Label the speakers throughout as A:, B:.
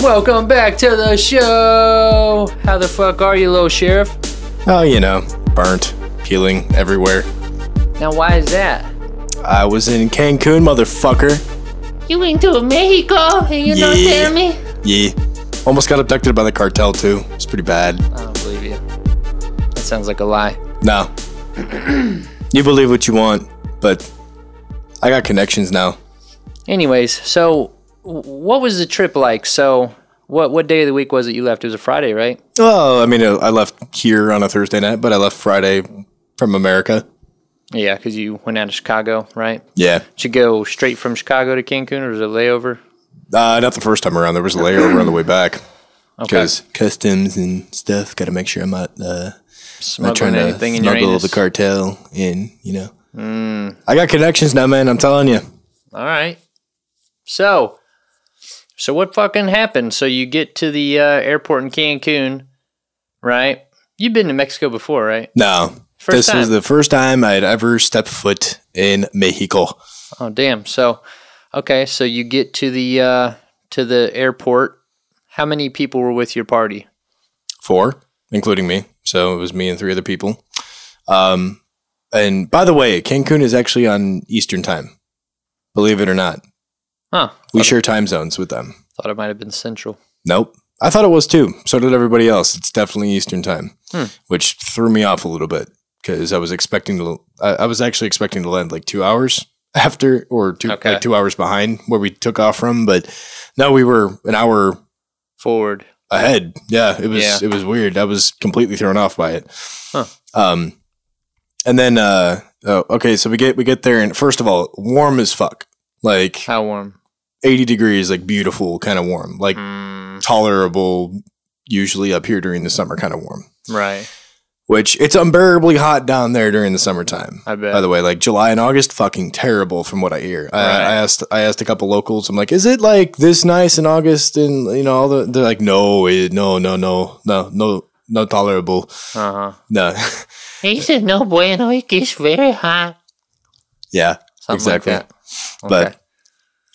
A: Welcome back to the show. How the fuck are you, little sheriff?
B: Oh, you know, burnt, peeling everywhere.
A: Now, why is that?
B: I was in Cancun, motherfucker.
A: You went to Mexico and you don't
B: Yeah.
A: tell me?
B: Yeah. Almost got abducted by the cartel, too. It's pretty bad.
A: I don't believe you. That sounds like a lie.
B: No. you believe what you want, but I got connections now.
A: Anyways, so w- what was the trip like? So, what what day of the week was it you left? It was a Friday, right?
B: Oh, I mean, I left here on a Thursday night, but I left Friday from America.
A: Yeah, because you went out of Chicago, right?
B: Yeah.
A: Did you go straight from Chicago to Cancun, or was it a layover?
B: Uh, not the first time around. There was a layover on the way back. Because customs and stuff, got to make sure I'm not, uh, not trying
A: Smuggling
B: to
A: anything in Mm. your
B: smuggle
A: anus?
B: the cartel in, you know. I got connections now, man. I'm telling you.
A: All right. So, so what fucking happened? So you get to the uh, airport in Cancun, right? You've been to Mexico before, right?
B: No.
A: First
B: this was
A: time.
B: the first time I'd ever stepped foot in Mexico.
A: Oh damn. So, okay. So you get to the uh, to the airport. How many people were with your party?
B: four, including me. So it was me and three other people. Um, and by the way, Cancun is actually on Eastern time. Believe it or not,
A: Huh?
B: we share time zones with them.
A: Thought it might have been Central.
B: Nope. I thought it was too. So did everybody else. It's definitely Eastern time,
A: Hmm.
B: which threw me off a little bit because I was expecting to. I, I was actually expecting to land like two hours after, or two
A: Okay.
B: like two hours behind where we took off from. But no, we were an hour
A: Forward.
B: ahead. Yeah, it was
A: Yeah.
B: it was weird. I was completely thrown off by it.
A: Huh.
B: Um, and then uh, oh, okay, so we get we get there, and first of all, warm as fuck, like
A: How warm?
B: eighty degrees, like beautiful kind of warm, like
A: Mm,
B: tolerable. Usually up here during the summer, kind of warm.
A: right.
B: Which it's unbearably hot down there during the summertime.
A: I bet.
B: By the way, like July and August, fucking terrible from what I hear. I,
A: Right.
B: I asked, I asked a couple locals. I'm like, is it like this nice in August? And you know, all the they're like, no, it, no, no, no, no, no, no tolerable.
A: Uh huh.
B: No,
A: He said no bueno. It gets very hot.
B: yeah,
A: Something
B: exactly.
A: Like that.
B: But
A: Okay.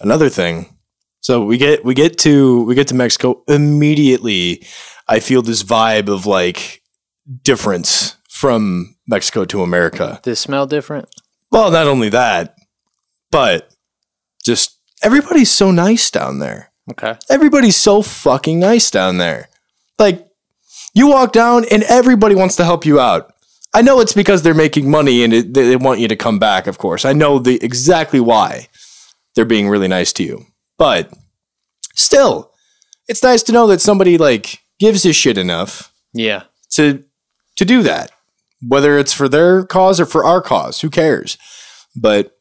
B: another thing, so we get we get to we get to Mexico immediately. I feel this vibe of like difference from Mexico to America.
A: Does it smell different?
B: Well, not only that, but just everybody's so nice down there.
A: Okay.
B: Everybody's so fucking nice down there. Like, you walk down and everybody wants to help you out. I know it's because they're making money and it, they they want you to come back, of course. I know the exactly why they're being really nice to you. But still, it's nice to know that somebody like gives a shit enough
A: Yeah.
B: to to do that whether it's for their cause or for our cause who cares but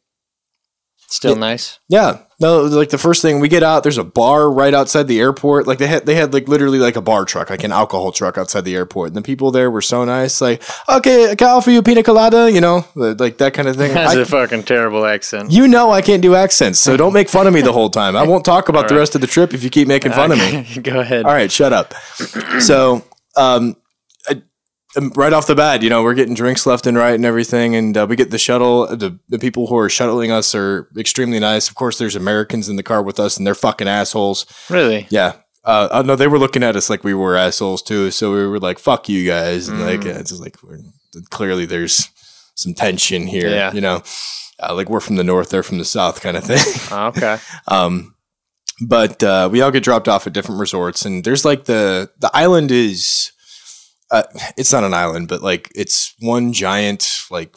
A: Still
B: Yeah.
A: nice.
B: yeah no like the first thing we get out there's a bar right outside the airport like they had they had like literally like a bar truck like an alcohol truck outside the airport and the people there were so nice like okay I can offer you a pina colada you know like that kind of thing
A: That's
B: I-
A: a fucking terrible accent.
B: you know I can't do accents, so don't make fun of me the whole time. I won't talk about the
A: right.
B: rest of the trip if you keep making fun of me.
A: Go ahead.
B: All right, shut up. So, um, I, um, right off the bat, you know, we're getting drinks left and right and everything, and uh, we get the shuttle. The, the people who are shuttling us are extremely nice. Of course, there's Americans in the car with us, and they're fucking assholes.
A: Really?
B: Yeah. Uh, oh, no, they were looking at us like we were assholes too. So we were like, "Fuck you guys!" And like, uh, it's just like we're, clearly there's some tension here.
A: Yeah.
B: You know, uh, like we're from the north, they're from the south, kind of thing.
A: Oh, okay.
B: Um, but uh, we all get dropped off at different resorts, and there's like the the island is, uh, it's not an island, but like it's one giant like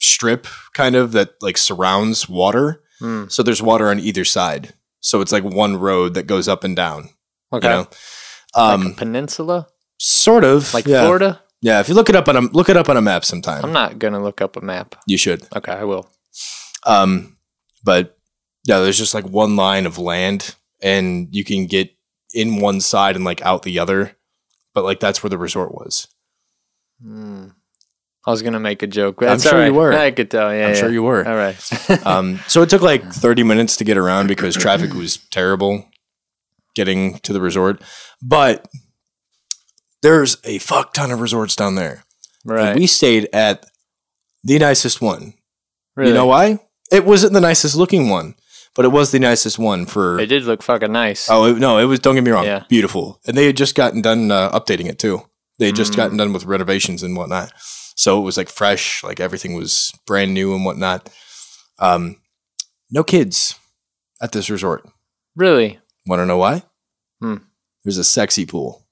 B: strip kind of that like surrounds water.
A: Hmm.
B: So there's water on either side. So it's like one road that goes up and down.
A: Okay.
B: You know,
A: Like a
B: um,
A: peninsula,
B: sort of
A: like
B: yeah.
A: Florida.
B: Yeah, if you look it up on a look it up on a map sometime,
A: I'm not gonna look up a map.
B: you should.
A: Okay, I will.
B: Um, but yeah, there's just like one line of land, and you can get in one side and like out the other. But like that's where the resort was.
A: Hmm. I was gonna make a joke. but that's
B: sure
A: all
B: you
A: right.
B: were.
A: I could tell. Yeah,
B: I'm sure
A: yeah.
B: you were. Uh,
A: All right.
B: Um, so it took like 30 minutes to get around because traffic was terrible. getting to the resort. But there's a fuck ton of resorts down there. And
A: Right.
B: we stayed at the nicest one.
A: really.
B: You know why? It wasn't the nicest looking one, but it was the nicest one for.
A: It did look fucking nice.
B: oh it, no, it was. Don't get me wrong.
A: Yeah.
B: Beautiful, and they had just gotten done uh, updating it too. They had just
A: Mm.
B: gotten done with renovations and whatnot, so it was like fresh, like everything was brand new and whatnot. Um, no kids at this resort.
A: Really?
B: Want to know why?
A: Hmm.
B: There's a sexy pool.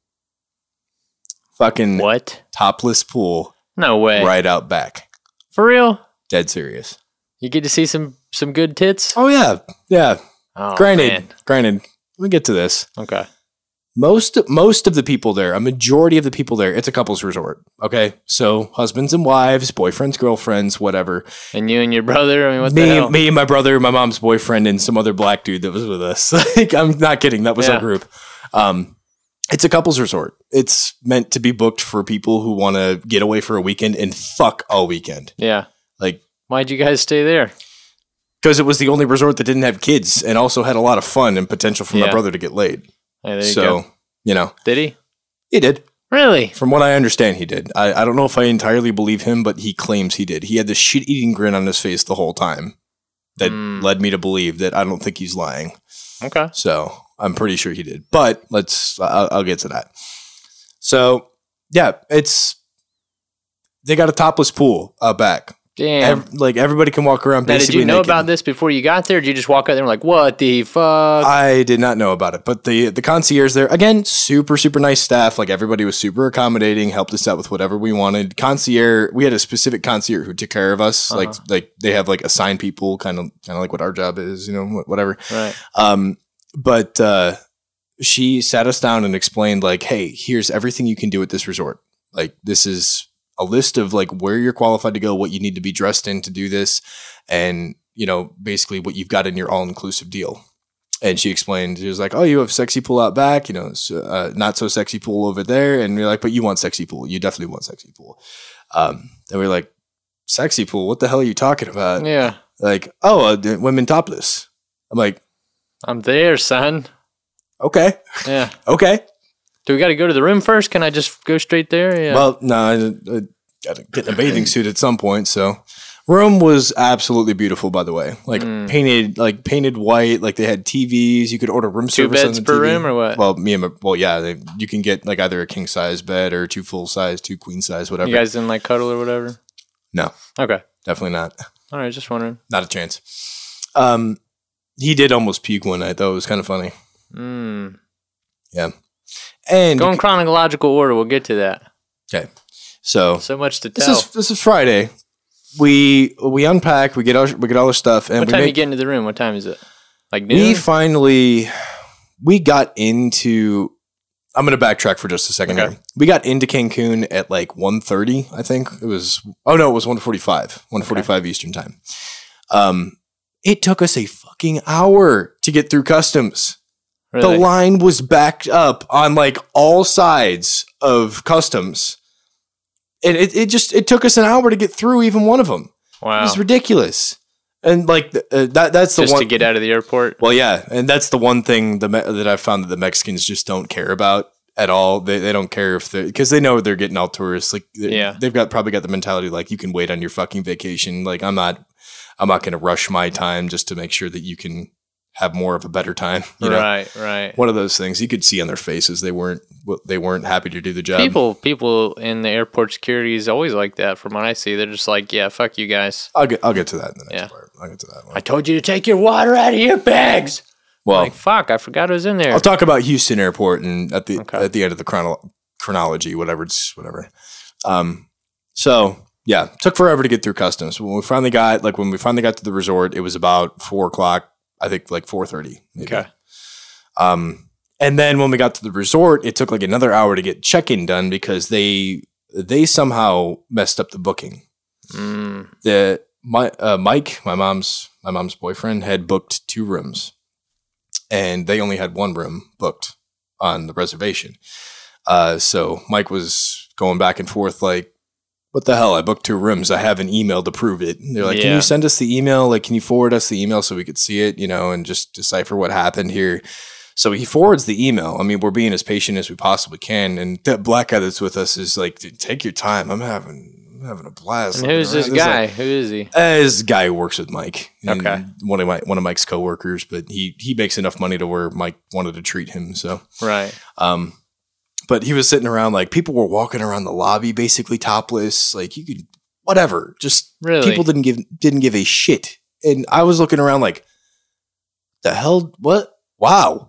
B: Fucking
A: What?
B: topless pool
A: No way.
B: right out back.
A: For real?
B: Dead serious.
A: You get to see some some good tits?
B: Oh yeah, yeah.
A: Oh,
B: granted,
A: man.
B: granted. Let me get to this.
A: Okay.
B: Most most of the people there, a majority of the people there, it's a couples resort. Okay, so husbands and wives, boyfriends, girlfriends, whatever.
A: And you and your brother? I mean, what the
B: me,
A: hell?
B: me, and my brother, my mom's boyfriend, and some other black dude that was with us. like, I'm not kidding. That was
A: Yeah.
B: our group. Um, it's a couples resort. It's meant to be booked for people who want to get away for a weekend and fuck all weekend.
A: Yeah.
B: Like
A: Why'd you guys stay there?
B: because it was the only resort that didn't have kids and also had a lot of fun and potential for
A: Yeah.
B: my brother to get laid.
A: Hey, there you
B: so
A: go.
B: you know
A: Did he?
B: he did.
A: Really?
B: From what I understand, he did. I, I don't know if I entirely believe him, but he claims he did. He had this shit-eating grin on his face the whole time that
A: Mm.
B: led me to believe that I don't think he's lying.
A: Okay.
B: So I'm pretty sure he did. But let's, I'll, I'll get to that. So yeah, it's, they got a topless pool uh, back.
A: Damn.
B: Ev- like everybody can walk around
A: now, did
B: basically.
A: you know
B: naked.
A: about this before you got there? Or did you just walk out there and like, what the fuck?
B: I did not know about it, but the the concierge there again, super super nice staff. Like everybody was super accommodating, helped us out with whatever we wanted. Concierge, we had a specific concierge who took care of us. Like like they have like assigned people, kind of kind of like what our job is, you know, wh- whatever.
A: right.
B: Um, but uh, she sat us down and explained, like, hey, here's everything you can do at this resort. Like, this is a list of like where you're qualified to go, what you need to be dressed in to do this, and you know, basically what you've got in your all inclusive deal. And she explained, she was like, "Oh, you have sexy pool out back, you know, s- uh, not so sexy pool over there." And we are like, "But you want sexy pool? You definitely want sexy pool." Um, and we are like, "Sexy pool? What the hell are you talking about?"
A: Yeah.
B: Like, "Oh, uh, d- women topless." I'm like,
A: I'm there, son.
B: "Okay."
A: Yeah.
B: Okay.
A: Do we got to go to the room first? Can I just go straight there? Yeah.
B: Well, no, I, I got to get in a bathing suit at some point. So, room was absolutely beautiful, by the way. Like
A: Mm.
B: painted, like painted white. Like they had TVs. You could order room
A: Two
B: service
A: beds
B: on the
A: per
B: TV.
A: room or what?
B: well, me and my, well, yeah, they, you can get like either a king size bed or two full size, two queen size, whatever.
A: you guys didn't like cuddle or whatever?
B: No.
A: Okay.
B: Definitely not,
A: All right. Just wondering.
B: not a chance. Um, he did almost puke one night though. It was kind of funny.
A: Mm.
B: And
A: Go in chronological order. We'll get to that.
B: so
A: So much to
B: this
A: tell.
B: is this is Friday. We we unpack, we get our we get all our stuff, and
A: what
B: we
A: time
B: make,
A: you get into the room? What time is it? Like noon?
B: we finally we got into i'm going to backtrack for just a second
A: Okay.
B: here we got into cancun at like 1.30 i think it was oh no it was 1.45 1.45 eastern time um it took us a fucking hour to get through customs
A: really?
B: the line was backed up on like all sides of customs and it, it just it took us an hour to get through even one of them it
A: wow.
B: was ridiculous and like th- uh, that that's the
A: just
B: one
A: to get out of the airport.
B: well, yeah, and that's the one thing the Me- that I've found that the Mexicans just don't care about at all. They, they don't care if they because they know they're getting all tourists. Like, they-
A: Yeah.
B: they've got probably got the mentality like you can wait on your fucking vacation. Like, I'm not, I'm not going to rush my time just to make sure that you can have more of a better time. You know,
A: right. Right.
B: one of those things you could see on their faces they weren't they weren't happy to do the job.
A: People, people in the airport security is always like that. From what I see, they're just like, "Yeah, fuck you guys."
B: I'll get I'll get to that in the next
A: Yeah.
B: part. I'll get to that one.
A: I told you to take your water out of your bags.
B: well,
A: Oh. Like, fuck, I forgot it was in there.
B: I'll talk about Houston Airport and at the
A: Okay.
B: at the end of the chrono- chronology, whatever it's whatever. Um, so yeah, took forever to get through customs. When we finally got like when we finally got to the resort, it was about four o'clock. I think like four thirty.
A: okay.
B: Um, and then when we got to the resort, it took like another hour to get check in done because they they somehow messed up the booking.
A: Mm,
B: The my uh, Mike, my mom's my mom's boyfriend, had booked two rooms, and they only had one room booked on the reservation. Uh, so Mike was going back and forth like, "What the hell? I booked two rooms. I have an email to prove it." And they're like, "Can
A: Yeah.
B: you send us the email? Like, can you forward us the email so we could see it? You know, and just decipher what happened here." So he forwards the email. I mean, we're being as patient as we possibly can. And that black guy that's with us is like, "Dude, take your time. I'm having I'm having a blast.
A: And who's this
B: looking around."
A: guy? Who is he?
B: Uh, this guy who works with Mike. and
A: Okay.
B: One of my one of Mike's coworkers, but he he makes enough money to where Mike wanted to treat him. So
A: Right.
B: um but he was sitting around like people were walking around the lobby basically topless. Like you could whatever. Just
A: Really?
B: people didn't give didn't give a shit. And I was looking around like the hell what? Wow.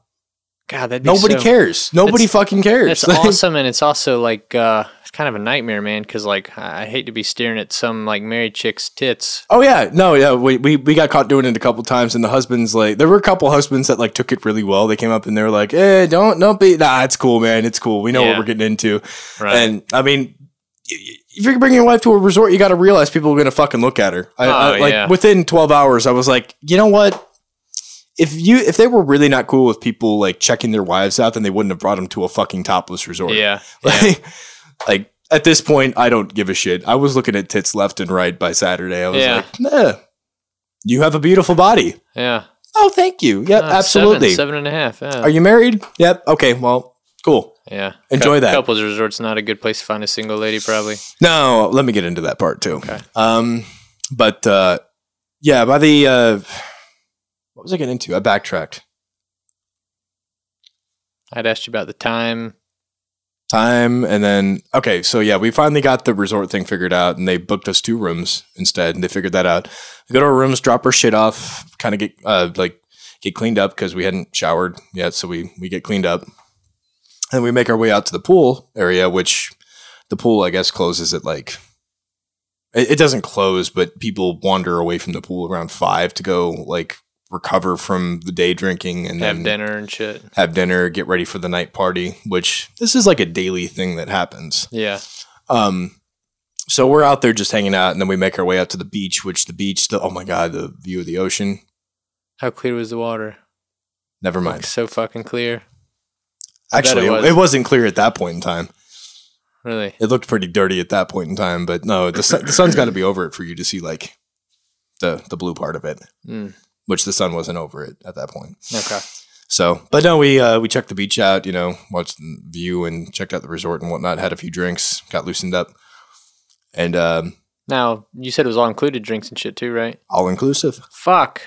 A: God, that
B: Nobody cares. Nobody
A: That's-
B: fucking cares.
A: That's
B: Like,
A: awesome, and it's also like uh, it's kind of a nightmare, man. Because like I I hate to be staring at some like married chick's tits.
B: Oh yeah, no, yeah, we, we we got caught doing it a couple times, and the husbands like there were a couple husbands that like took it really well. They came up and they were like, "Hey, don't don't be nah, it's cool, man, it's cool. We know
A: Yeah.
B: what we're getting into."
A: Right.
B: And I mean, y- y- if you're bringing your wife to a resort, you got to realize people are gonna fucking look at her. I, I-
A: Oh,
B: like
A: yeah.
B: within twelve hours, I was like, you know what? If you if they were really not cool with people like checking their wives out, then they wouldn't have brought them to a fucking topless resort.
A: yeah. yeah.
B: Like, like at this point, I don't give a shit. I was looking at tits left and right by Saturday. I was
A: Yeah.
B: like, nah, you have a beautiful body.
A: Yeah.
B: Oh, thank you. Yep,
A: Uh,
B: absolutely.
A: Seven, seven and a half. Yeah.
B: Are you married? Yep. Okay. Well, cool.
A: yeah.
B: Enjoy that.
A: Couples resort's not a good place to find a single lady, probably.
B: No, let me get into that part too.
A: Okay.
B: Um, but uh, yeah, by the uh, what was I getting into? I backtracked.
A: I'd asked you about the time.
B: Time and then okay, so yeah, we finally got the resort thing figured out, and they booked us two rooms instead. And they figured that out. We go to our rooms, drop our shit off, kind of get uh, like get cleaned up because we hadn't showered yet, so we we get cleaned up, and we make our way out to the pool area, which the pool I guess closes at like it, it doesn't close, but people wander away from the pool around five to go like recover from the day drinking and
A: Have
B: then
A: dinner and shit.
B: have dinner, get ready for the night party, which this is like a daily thing that happens.
A: Yeah.
B: Um, so we're out there just hanging out, and then we make our way out to the beach, which the beach, the oh my god, the view of the ocean.
A: How clear was the water?
B: Never mind.
A: So fucking clear. bet
B: Actually,
A: it
B: it,
A: was.
B: it wasn't clear at that point in time.
A: Really.
B: It looked pretty dirty at that point in time, but no, the, sun, the sun's got to be over it for you to see like the the blue part of it,
A: Mm.
B: which the sun wasn't over it at that point.
A: Okay.
B: So, but no, we uh, we checked the beach out, you know, watched the view and checked out the resort and whatnot. Had a few drinks, got loosened up, and um,
A: Now you said it was all included drinks and shit too, right?
B: all inclusive,
A: Fuck.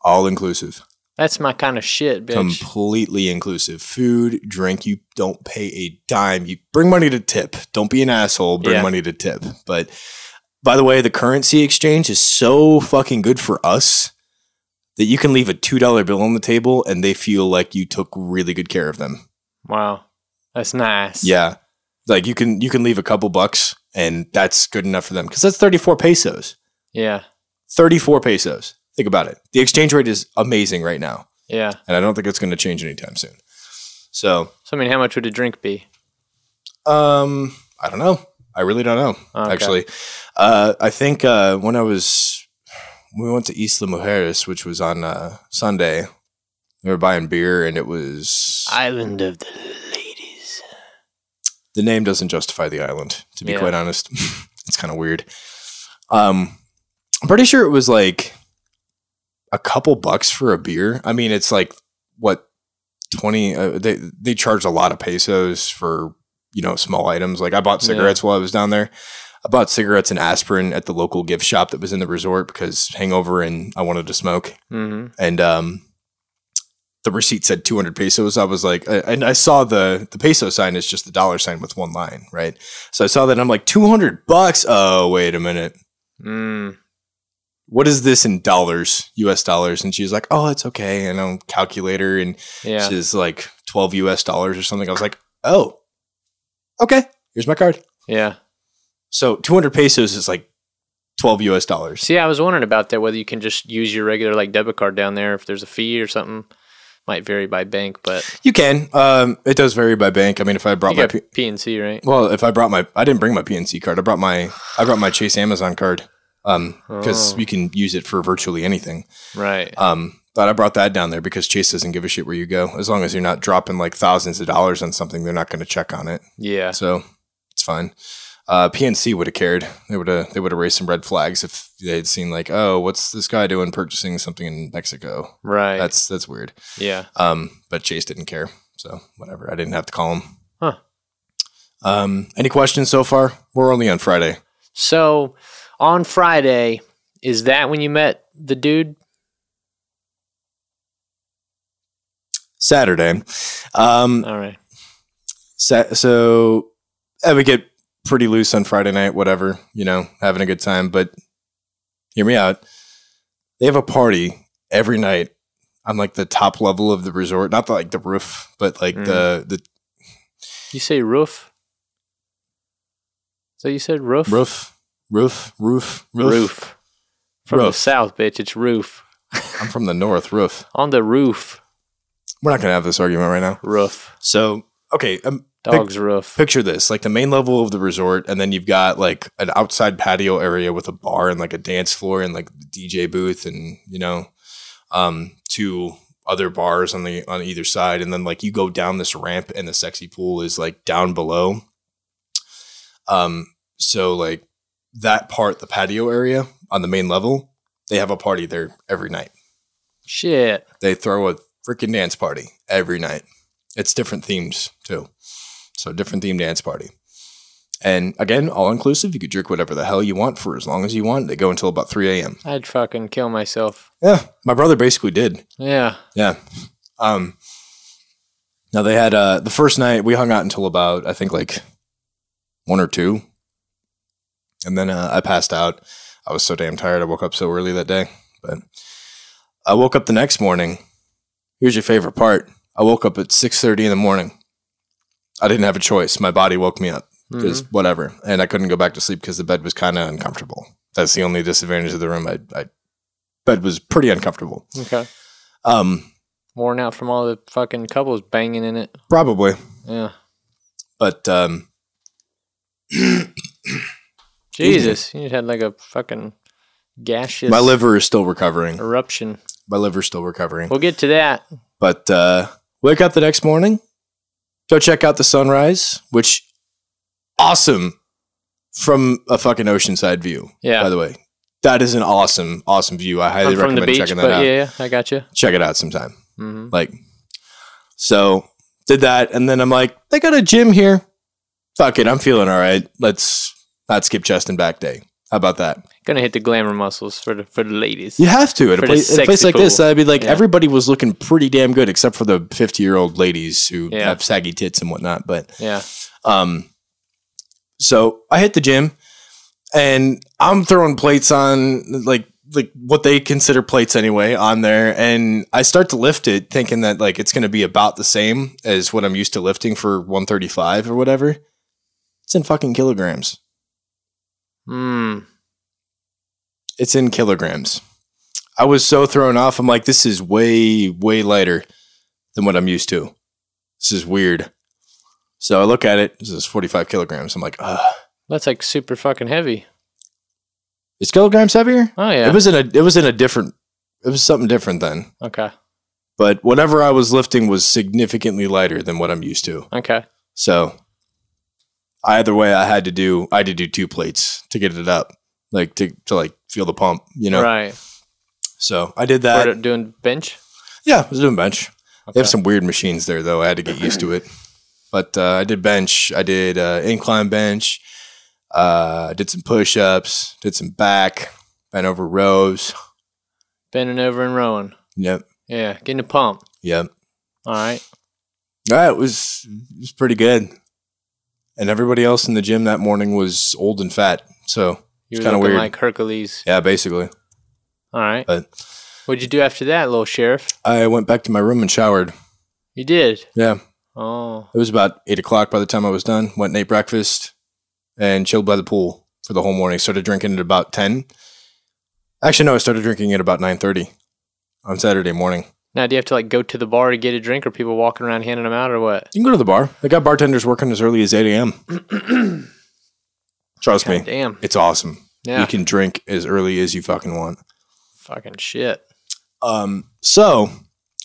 B: all inclusive,
A: That's my kind of shit, bitch.
B: completely inclusive. Food, drink. You don't pay a dime. You bring money to tip. Don't be an asshole. Bring
A: Yeah.
B: money to tip. But by the way, the currency exchange is so fucking good for us that you can leave a two dollar bill on the table and they feel like you took really good care of them.
A: wow. That's nice.
B: Yeah. Like you can you can leave a couple bucks and that's good enough for them cuz that's 34 pesos.
A: Yeah.
B: 34 pesos. Think about it. The exchange rate is amazing right now
A: Yeah.
B: and I don't think it's going to change anytime soon. So,
A: So I mean, how much would a drink be?
B: um I don't know. I really don't know
A: Okay.
B: actually. Uh I think uh when I was we went to Isla Mujeres which was on uh Sunday. We were buying beer and it was
A: Island of the Ladies.
B: the name doesn't justify the island to be
A: Yeah.
B: quite honest it's kind of weird um i'm pretty sure it was like a couple bucks for a beer i mean it's like what 20 uh, they they charged a lot of pesos for you know small items like i bought
A: Yeah.
B: cigarettes while i was down there i bought cigarettes and aspirin at the local gift shop that was in the resort because hangover and i wanted to smoke
A: hmm
B: and um the receipt said 200 pesos i was like I- and i saw the the peso sign is just the dollar sign with one line right so i saw that and i'm like 200 bucks oh wait a minute
A: Mm.
B: what is this in dollars us dollars and she's like oh it's okay and i'm calculator and
A: Yeah.
B: she's like 12 us dollars or something i was like oh okay here's my card
A: Yeah.
B: so 200 pesos is like 12 us dollars
A: See, I was wondering about that whether you can just use your regular like debit card down there if there's a fee or something. Might vary by bank, but
B: you can um it does vary by bank i mean if i brought
A: you
B: my
A: got
B: P-
A: PNC, right?
B: Well, if I brought my, I didn't bring my PNC card. I brought my, I brought my Chase Amazon card, um, because
A: Oh.
B: you can use it for virtually anything.
A: Right.
B: Um, but I brought that down there because Chase doesn't give a shit where you go, as long as you're not dropping like thousands of dollars on something, they're not going to check on it,
A: Yeah.
B: so it's fine. Uh, PNC would have cared. They would have they would have raised some red flags if they had seen like, oh, what's this guy doing purchasing something in Mexico?
A: Right.
B: That's that's weird.
A: yeah.
B: Um, but Chase didn't care, so whatever. I didn't have to call him.
A: Huh.
B: Um, any questions so far? We're only on Friday.
A: So on Friday, is that when you met the dude?
B: Saturday. Um,
A: All right.
B: Sa- so I would get pretty loose on Friday night, whatever, you know, having a good time. But hear me out. They have a party every night on like the top level of the resort, not the, like the roof, but like the the
A: You say roof? So you said roof?
B: roof, roof, roof, roof.
A: Roof. From the
B: Roof.
A: south, bitch. It's roof.
B: I'm from the north, roof.
A: On the roof.
B: We're not gonna have this argument right now.
A: Roof.
B: So okay, um, Pic-
A: Dog's roof.
B: picture this like the main level of the resort and then you've got like an outside patio area with a bar and like a dance floor and like dj booth and you know um two other bars on the on either side and then like you go down this ramp and the sexy pool is like down below um so like that part the patio area on the main level they have a party there every night
A: Shit.
B: they throw a freaking dance party every night. It's different themes too. So different themed dance party. And again, all inclusive. You could drink whatever the hell you want for as long as you want. They go until about 3 a.m.
A: I'd fucking kill myself.
B: Yeah. My brother basically did.
A: Yeah.
B: Yeah. Um now they had uh the first night we hung out until about I think like one or two. And then uh, I passed out. I was so damn tired. I woke up so early that day. But I woke up the next morning. Here's your favorite part. I woke up at 6:30 in the morning. I didn't have a choice. My body woke me up
A: Mm-hmm.
B: because whatever. And I couldn't go back to sleep because the bed was kind of uncomfortable. That's the only disadvantage of the room. I, I bed was pretty uncomfortable.
A: Okay.
B: Um,
A: Worn out from all the fucking couples banging in it.
B: Probably.
A: Yeah.
B: But um,
A: Jesus. You had like a fucking gaseous
B: my liver is still recovering.
A: eruption.
B: My liver's still recovering.
A: We'll get to that.
B: But uh, wake up the next morning, go check out the sunrise, which awesome from a fucking oceanside view.
A: Yeah.
B: By the way, that is an awesome, awesome view. I highly
A: I'm from the
B: recommend
A: beach,
B: checking
A: but
B: that out.
A: yeah, I got you.
B: Check it out sometime.
A: hmm
B: Like, so did that, and then I'm like, they got a gym here. Fuck it, I'm feeling all right. Let's not skip chest and back day. How about that?
A: Gonna hit the glamour muscles for the for the ladies.
B: You have to at a,
A: For the
B: place, at a place
A: sexy
B: like this.
A: pool.
B: I'd be like,
A: Yeah.
B: everybody was looking pretty damn good, except for the fifty-year-old ladies who
A: Yeah.
B: have saggy tits and whatnot. But
A: Yeah.
B: um, so I hit the gym, and I'm throwing plates on like like what they consider plates anyway on there, and I start to lift it, thinking that like it's going to be about the same as what I'm used to lifting for 135 or whatever. It's in fucking kilograms.
A: Mm.
B: It's in kilograms. I was so thrown off. I'm like, this is way, way lighter than what I'm used to. This is weird. So I look at it. This is 45 kilograms. I'm like, ugh.
A: That's like super fucking heavy.
B: Is kilograms heavier?
A: Oh yeah.
B: It was in a. It was in a different. It was something different then.
A: okay.
B: But whatever I was lifting was significantly lighter than what I'm used to.
A: Okay.
B: So either way, I had to do. I had to do two plates to get it up, like to to like feel the pump. You know.
A: Right.
B: So I did that.
A: We're doing bench.
B: Yeah, I was doing bench. They have
A: Okay.
B: Uh, some weird machines there, though. I had to get used to it. But uh, I did bench. I did uh, incline bench. Uh, I did some push ups. Did some back. Bent over rows.
A: Bending over and rowing.
B: Yep.
A: Yeah. Getting a pump.
B: Yep.
A: All right.
B: Yeah, it was it was pretty good. And everybody else in the gym that morning was old and fat. So
A: You
B: It's
A: were
B: kinda
A: looking
B: weird.
A: like Hercules.
B: yeah, basically.
A: All right.
B: But
A: What'd you do after that, little sheriff?
B: I went back to my room and showered.
A: You did.
B: Yeah,
A: Oh.
B: it was about eight o'clock by the time I was done. Went and ate breakfast and chilled by the pool for the whole morning. Started drinking at about ten. Actually, no, I started drinking at about nine thirty on Saturday morning.
A: Now do you have to like go to the bar to get a drink, or people walking around handing them out, or what?
B: You can go to the bar. They got bartenders working as early as eight a.m. Trust me,
A: Damn.
B: it's awesome.
A: Yeah.
B: You can drink as early as you fucking want.
A: Fucking shit.
B: Um, so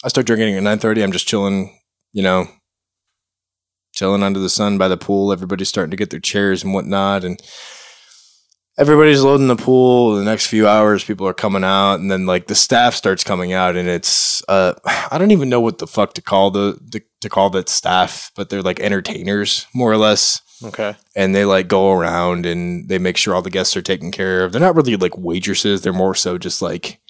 B: I start drinking at nine thirty. I'm just chilling, you know, chilling under the sun by the pool. Everybody's starting to get their chairs and whatnot, and everybody's loading the pool. The next few hours, people are coming out, and then like the staff starts coming out, and it's uh, I don't even know what the fuck to call the, the to call that staff, but they're like entertainers more or less
A: Okay.
B: and they like go around and they make sure all the guests are taken care of. They're not really like waitresses; they're more so just like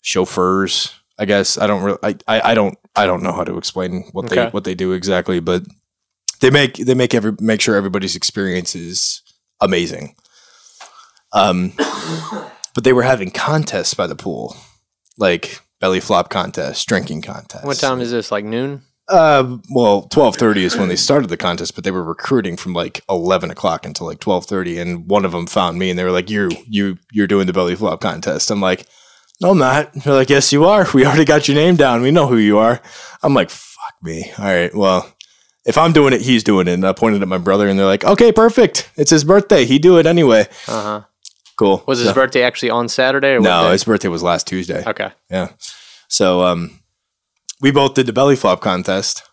B: chauffeurs, I guess. I don't really, I, I, I don't, I don't know how to explain what they
A: Okay.
B: what they do exactly, but they make they make every make sure everybody's experience is amazing. Um, but they were having contests by the pool, like belly flop contests, drinking contests.
A: What time is this? Like noon?
B: Uh, well, twelve thirty is when they started the contest, but they were recruiting from like eleven o'clock until like twelve thirty, and one of them found me, and they were like, "You, you, you're doing the belly flop contest." I'm like, "No, I'm not." They're like, "Yes, you are. We already got your name down. We know who you are." I'm like, "Fuck me." All right, well, if I'm doing it, he's doing it. And I pointed at my brother, and they're like, "Okay, perfect. It's his birthday. He do it anyway.
A: Uh huh.
B: Cool."
A: Was his
B: So-
A: birthday actually on Saturday or
B: no,
A: What day?
B: his birthday was last Tuesday.
A: okay.
B: Yeah. So um, we both did the belly flop contest,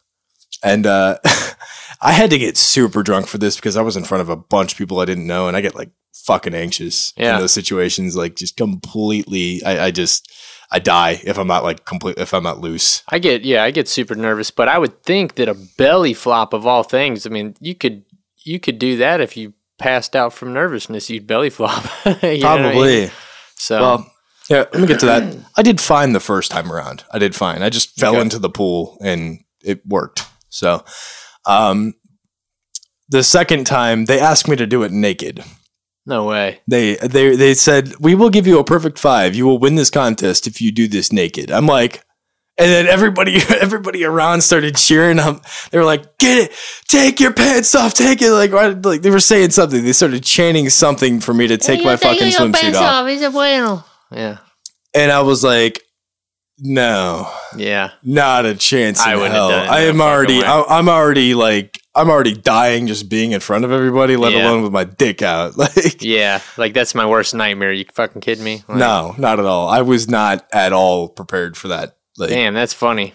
B: and uh, I had to get super drunk for this because I was in front of a bunch of people I didn't know, and I get like fucking anxious
A: Yeah.
B: in those situations, like just completely. I, I just I die if I'm not like complete if I'm not loose.
A: I get yeah, I get super nervous, but I would think that a belly flop of all things. I mean, you could you could do that if you passed out from nervousness. You'd belly flop. You know what I mean? So
B: Well, yeah, let me get to that. I did fine the first time around. I did fine. I just fell
A: Okay.
B: into the pool and it worked. So, um, the second time they asked me to do it naked.
A: no way.
B: They they they said we will give you a perfect five. You will win this contest if you do this naked. I'm like, and then everybody everybody around started cheering. Um, they were like, get it, take your pants off, take it. Like right- like they were saying something. They started chanting something for me to take my fucking swimsuit off.
A: Yeah.
B: And I was like, no,
A: Yeah.
B: not a chance.
A: I
B: I would
A: wouldn't have
B: hell.
A: done it
B: I
A: no
B: am
A: fucking
B: already.
A: way.
B: I, I'm already like. I'm already dying just being in front of everybody, let
A: Yeah.
B: alone with my dick out. Like,
A: Yeah. Like that's my worst nightmare. You fucking kidding me? Like,
B: no, not at all. I was not at all prepared for that. Like,
A: Damn, that's funny.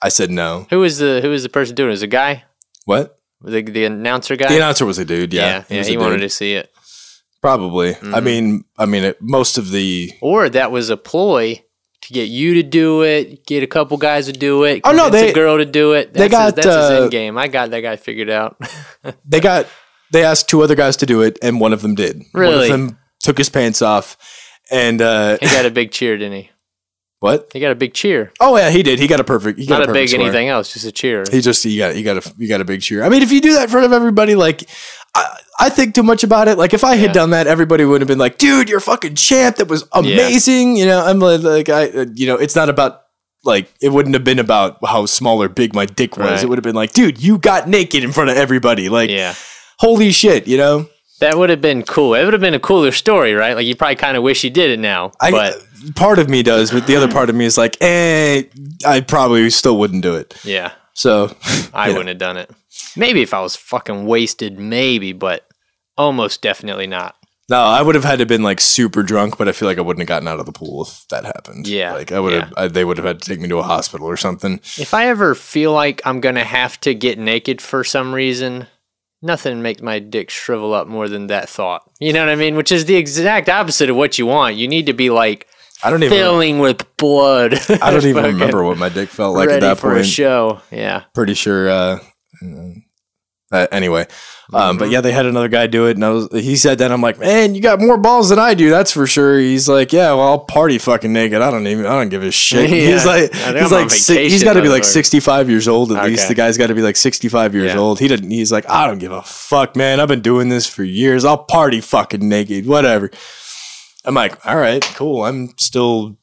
B: I said no.
A: Who was the who was the person doing it? Was it a guy?
B: What?
A: The the announcer guy?
B: The announcer was a dude. Yeah,
A: yeah. yeah,
B: was
A: he
B: a
A: wanted to
B: dude.
A: see it. Mm-hmm.
B: Probably. I mean, I mean, it, most of the.
A: Or that was a ploy to get you to do it, get a couple guys to do it.
B: Oh, no,
A: convince
B: they-
A: a girl to do it. That's
B: they got,
A: his, that's his
B: uh,
A: end game. I got that guy figured out.
B: they got they asked two other guys to do it, and one of them did.
A: Really?
B: One of them took his pants off, and uh,
A: he got a big cheer, didn't he?
B: what?
A: He got a big cheer.
B: Oh yeah, he did. He got a perfect. He got
A: Not a
B: perfect
A: big
B: score.
A: anything else, just a cheer.
B: He just you got you got a you got a big cheer. I mean, if you do that in front of everybody, like I, I think too much about it. Like if I had
A: Yeah.
B: done that, everybody would have been like, "Dude, you're a fucking champ. That was amazing." You know, I'm like, like I, uh, you know, it's not about like it wouldn't have been about how small or big my dick was.
A: Right.
B: It would have been like, "Dude, you got naked in front of everybody. Like,
A: yeah.
B: holy shit," you know.
A: That would have been cool. It would have been a cooler story, right? Like you probably kind of wish you did it now.
B: I,
A: but
B: part of me does, but the other part of me is like, eh, I probably still wouldn't do it.
A: yeah,
B: So,
A: I wouldn't have done it. Maybe if I was fucking wasted, maybe, but almost definitely not.
B: no, I would have had to been like super drunk, but I feel like I wouldn't have gotten out of the pool if that happened.
A: Yeah,
B: like I would have, I, they would have had to take me to a hospital or something.
A: If I ever feel like I'm gonna have to get naked for some reason, nothing makes my dick shrivel up more than that thought. You know what I mean? Which is the exact opposite of what you want. You need to be like
B: I don't even,
A: filling with blood.
B: I don't even
A: Fucking
B: remember what my dick felt like
A: ready
B: at that
A: for a
B: point.
A: show. Yeah.
B: Pretty sure. Uh, uh, anyway, um,
A: Mm-hmm.
B: but yeah, they had another guy do it, and I was. He said that I'm like, man, you got more balls than I do. That's for sure. He's like, yeah, well, I'll party fucking naked. I don't even. I don't give a shit.
A: Yeah.
B: He's like,
A: I think
B: he's
A: I'm on
B: like, si- he's
A: vacation,
B: got to be like
A: motherfucker.
B: 65 years old at least.
A: Okay.
B: The guy's got to be like 65 years
A: Yeah.
B: old. He didn't. He's like, I don't give a fuck, man. I've been doing this for years. I'll party fucking naked, whatever. I'm like, all right, cool. I'm still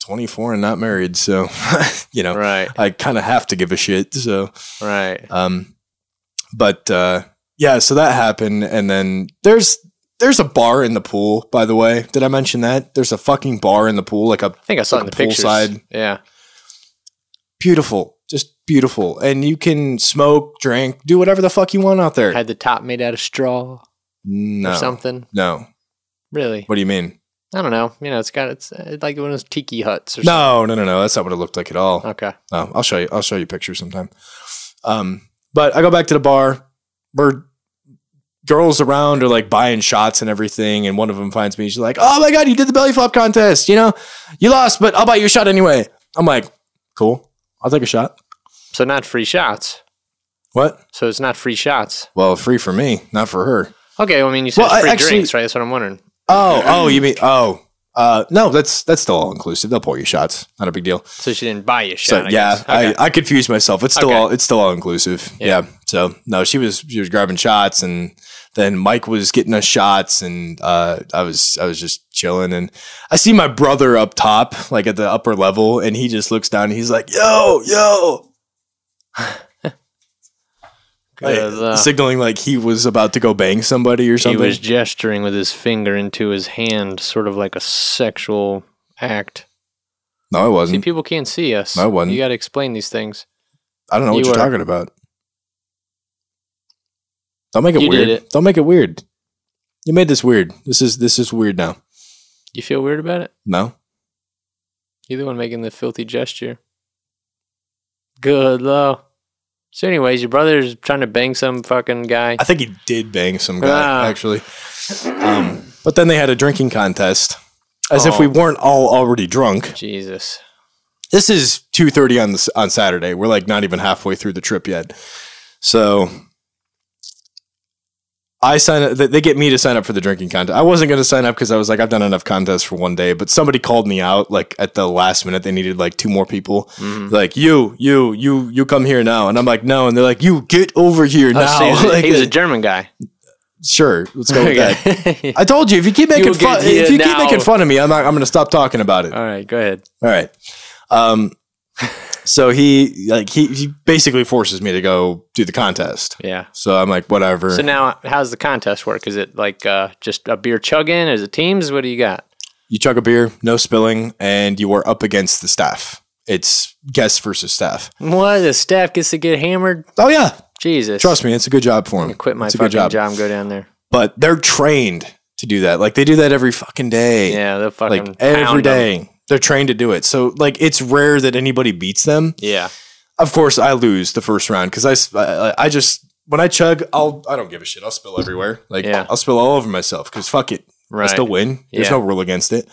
B: 24 and not married, so you know,
A: Right.
B: I kind of have to give a shit. So.
A: Right.
B: Um, but uh, yeah, so that happened, and then there's there's a bar in the pool. By the way, did I mention that there's a fucking bar in the pool, like a
A: I think I saw
B: Like
A: it in the
B: a
A: pictures.
B: poolside.
A: Yeah.
B: beautiful, just beautiful, and you can smoke, drink, do whatever the fuck you want out there.
A: Had the top made out of straw
B: no,
A: or something.
B: no.
A: Really?
B: What do you mean?
A: I don't know. You know, it's got it's uh, like one of those tiki huts or
B: No, no, no, no. That's not what it looked like at all.
A: something. Okay.
B: No, I'll show you. I'll show you pictures sometime. Um, But I go back to the bar. We're girls around are like buying shots and everything. And one of them finds me. She's like, "Oh my god, you did the belly flop contest. You know, you lost, but I'll buy you a shot anyway." I'm like, "Cool, I'll take a shot."
A: So not free shots.
B: What?
A: So it's not free shots.
B: Well, free for me, not for her.
A: Okay, well, I mean, you said
B: Well, I
A: it's free
B: actually-
A: drinks, right? That's what I'm wondering.
B: Oh, oh, you mean oh. Uh, no, that's that's still all inclusive. They'll pour you shots. Not a big deal.
A: So she didn't buy you a
B: So
A: shot. I
B: yeah,
A: guess. Okay.
B: I, I confused myself. It's still
A: Okay.
B: all it's still all inclusive. Yeah. So no, she was she was grabbing shots, and then Mike was getting us shots, and uh, I was I was just chilling, and I see my brother up top, like at the upper level, and he just looks down, and he's like, "Yo, yo," like,
A: Good, uh,
B: signaling like he was about to go bang somebody or
A: he
B: something.
A: was gesturing with his finger into his hand, sort of like a sexual act.
B: no, I
A: See,
B: wasn't.
A: people can't see us.
B: No, I wasn't.
A: You got to explain these things.
B: I don't know what
A: you
B: you are
A: were.
B: talking about. Don't make it
A: You did
B: weird.
A: it.
B: Don't make it weird. You made this weird. This is this is weird now.
A: You feel weird about it?
B: No.
A: You're the one making the filthy gesture. Good though. So, anyways, your brother's trying to bang some fucking guy.
B: I think he did bang some guy
A: Ah.
B: actually. Um, but then they had a drinking contest, as if
A: Oh.
B: we weren't all already drunk.
A: Jesus.
B: This is two thirty on this, on Saturday. We're like not even halfway through the trip yet. So I sign up. They they get me to sign up for the drinking contest. I wasn't going to sign up because I was like, I've done enough contests for one day. But somebody called me out like at the last minute. They needed like two more people.
A: Mm-hmm.
B: Like you, you, you, you come here now. And I'm like, no. And they're like, you get over here
A: Oh,
B: now.
A: so he was, a-
B: Like,
A: he was a German guy.
B: sure, let's go with that.
A: Okay.
B: I told you if you keep making
A: will get
B: fun
A: here
B: if you keep
A: now. Uh.
B: making fun of me, I'm not, I'm going to stop talking about it.
A: All right, go ahead.
B: All right. Um, so he like he, he basically forces me to go do the contest.
A: Yeah.
B: So I'm like whatever.
A: So now, how's the contest work? Is it like uh, just a beer chugging? Is it teams? What do you got?
B: you chug a beer, no spilling, and you are up against the staff. It's guests versus staff.
A: What? The staff gets to get hammered?
B: Oh yeah,
A: Jesus.
B: trust me, it's a good job for him.
A: Quit my
B: it's a
A: fucking
B: good job.
A: job. and go down there.
B: But they're trained to do that. Like they do that every fucking day.
A: Yeah, they'll fucking.
B: Like every
A: pound 'em.
B: day. They're trained to do it. So like it's rare that anybody beats them.
A: Yeah.
B: of course I lose the first round because I, s- I- I just when I chug I'll I don't give a shit I'll spill everywhere like
A: Yeah.
B: I'll spill all over myself because fuck it I
A: Right.
B: still win there's
A: Yeah.
B: no rule against it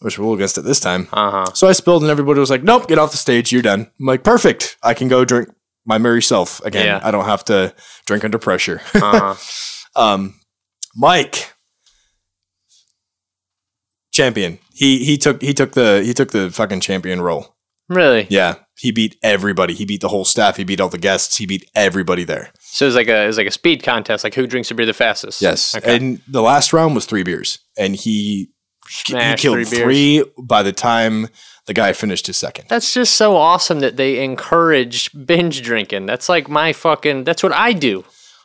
B: there's a rule against it this time
A: Uh huh.
B: so I spilled and everybody was like nope get off the stage you're done I'm like perfect I can go drink my merry self again
A: Yeah.
B: I don't have to drink under pressure
A: Uh huh.
B: um, Mike champion he he took he took the he took the fucking champion role
A: really?
B: yeah, he beat everybody. He beat the whole staff. He beat all the guests. He beat everybody there.
A: So it was like a it was like a speed contest, like who drinks the beer the fastest.
B: Yes,
A: Okay.
B: and the last round was three beers, and he he
A: Smash
B: killed
A: beers.
B: three, by the time the guy finished his second.
A: That's just so awesome that they encourage binge drinking. That's like my fucking. That's what I do.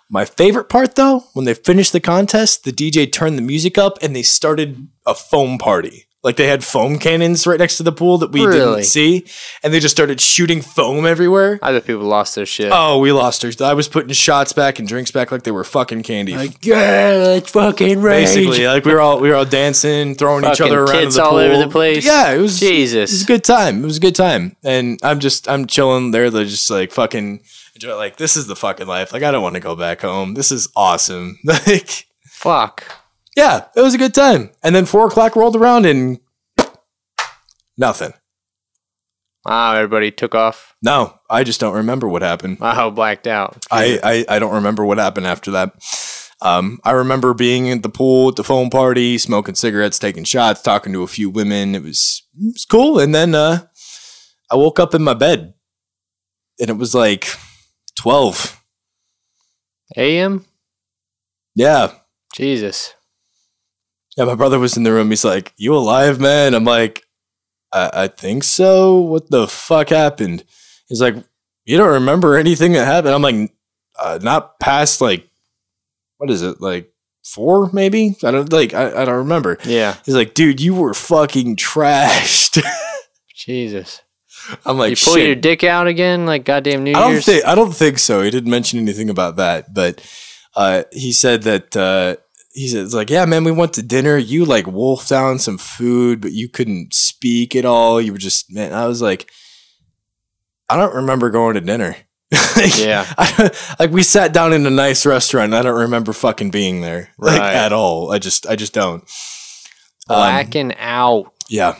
B: My favorite part, though, when they finished the contest, the DJ turned the music up and they started a foam party. Like they had foam cannons right next to the pool that we
A: Really?
B: didn't see, and they just started shooting foam everywhere.
A: I bet people lost their shit.
B: Oh, we lost our. I was putting shots back and drinks back like they were fucking candy.
A: yeah, that's fucking rage.
B: basically. Like we were all we were all dancing, throwing each
A: Fucking
B: other around in
A: tits
B: the
A: all
B: pool.
A: over the place.
B: Yeah, it was
A: Jesus.
B: It was a good time. It was a good time, and I'm just I'm chilling there. They're just like fucking enjoy. Like this is the fucking life. Like I don't want to go back home. This is awesome. Like
A: Fuck.
B: yeah, it was a good time. And then four o'clock rolled around and nothing.
A: Wow, everybody took off.
B: No, I just don't remember what happened.
A: Wow, blacked out.
B: I, I, I don't remember what happened after that. Um, I remember being at the pool at the foam party, smoking cigarettes, taking shots, talking to a few women. It was, it was cool. And then uh, I woke up in my bed and it was like 12.
A: AM.
B: Yeah.
A: Jesus.
B: Yeah. My brother was in the room. He's like, You alive, man? I'm like, I, I think so. What the fuck happened? He's like, You don't remember anything that happened? I'm like, uh, Not past like, what is it? Like, Four, maybe I don't like. I, I don't remember.
A: Yeah.
B: He's like, dude, you were fucking trashed.
A: Jesus.
B: I'm like,
A: you pull your
B: shit.
A: dick out again, like goddamn New
B: I don't
A: Year's.
B: think I don't think so. He didn't mention anything about that, but uh, he said that uh, he says like, yeah, man, we went to dinner. You like wolfed down some food, but you couldn't speak at all. You were just man. I was like, I don't remember going to dinner. Like,
A: Yeah.
B: I, like we sat down in a nice restaurant. and I don't remember fucking being there like,
A: Right.
B: at all. I just, I just don't. Um,
A: Blacking out.
B: Yeah,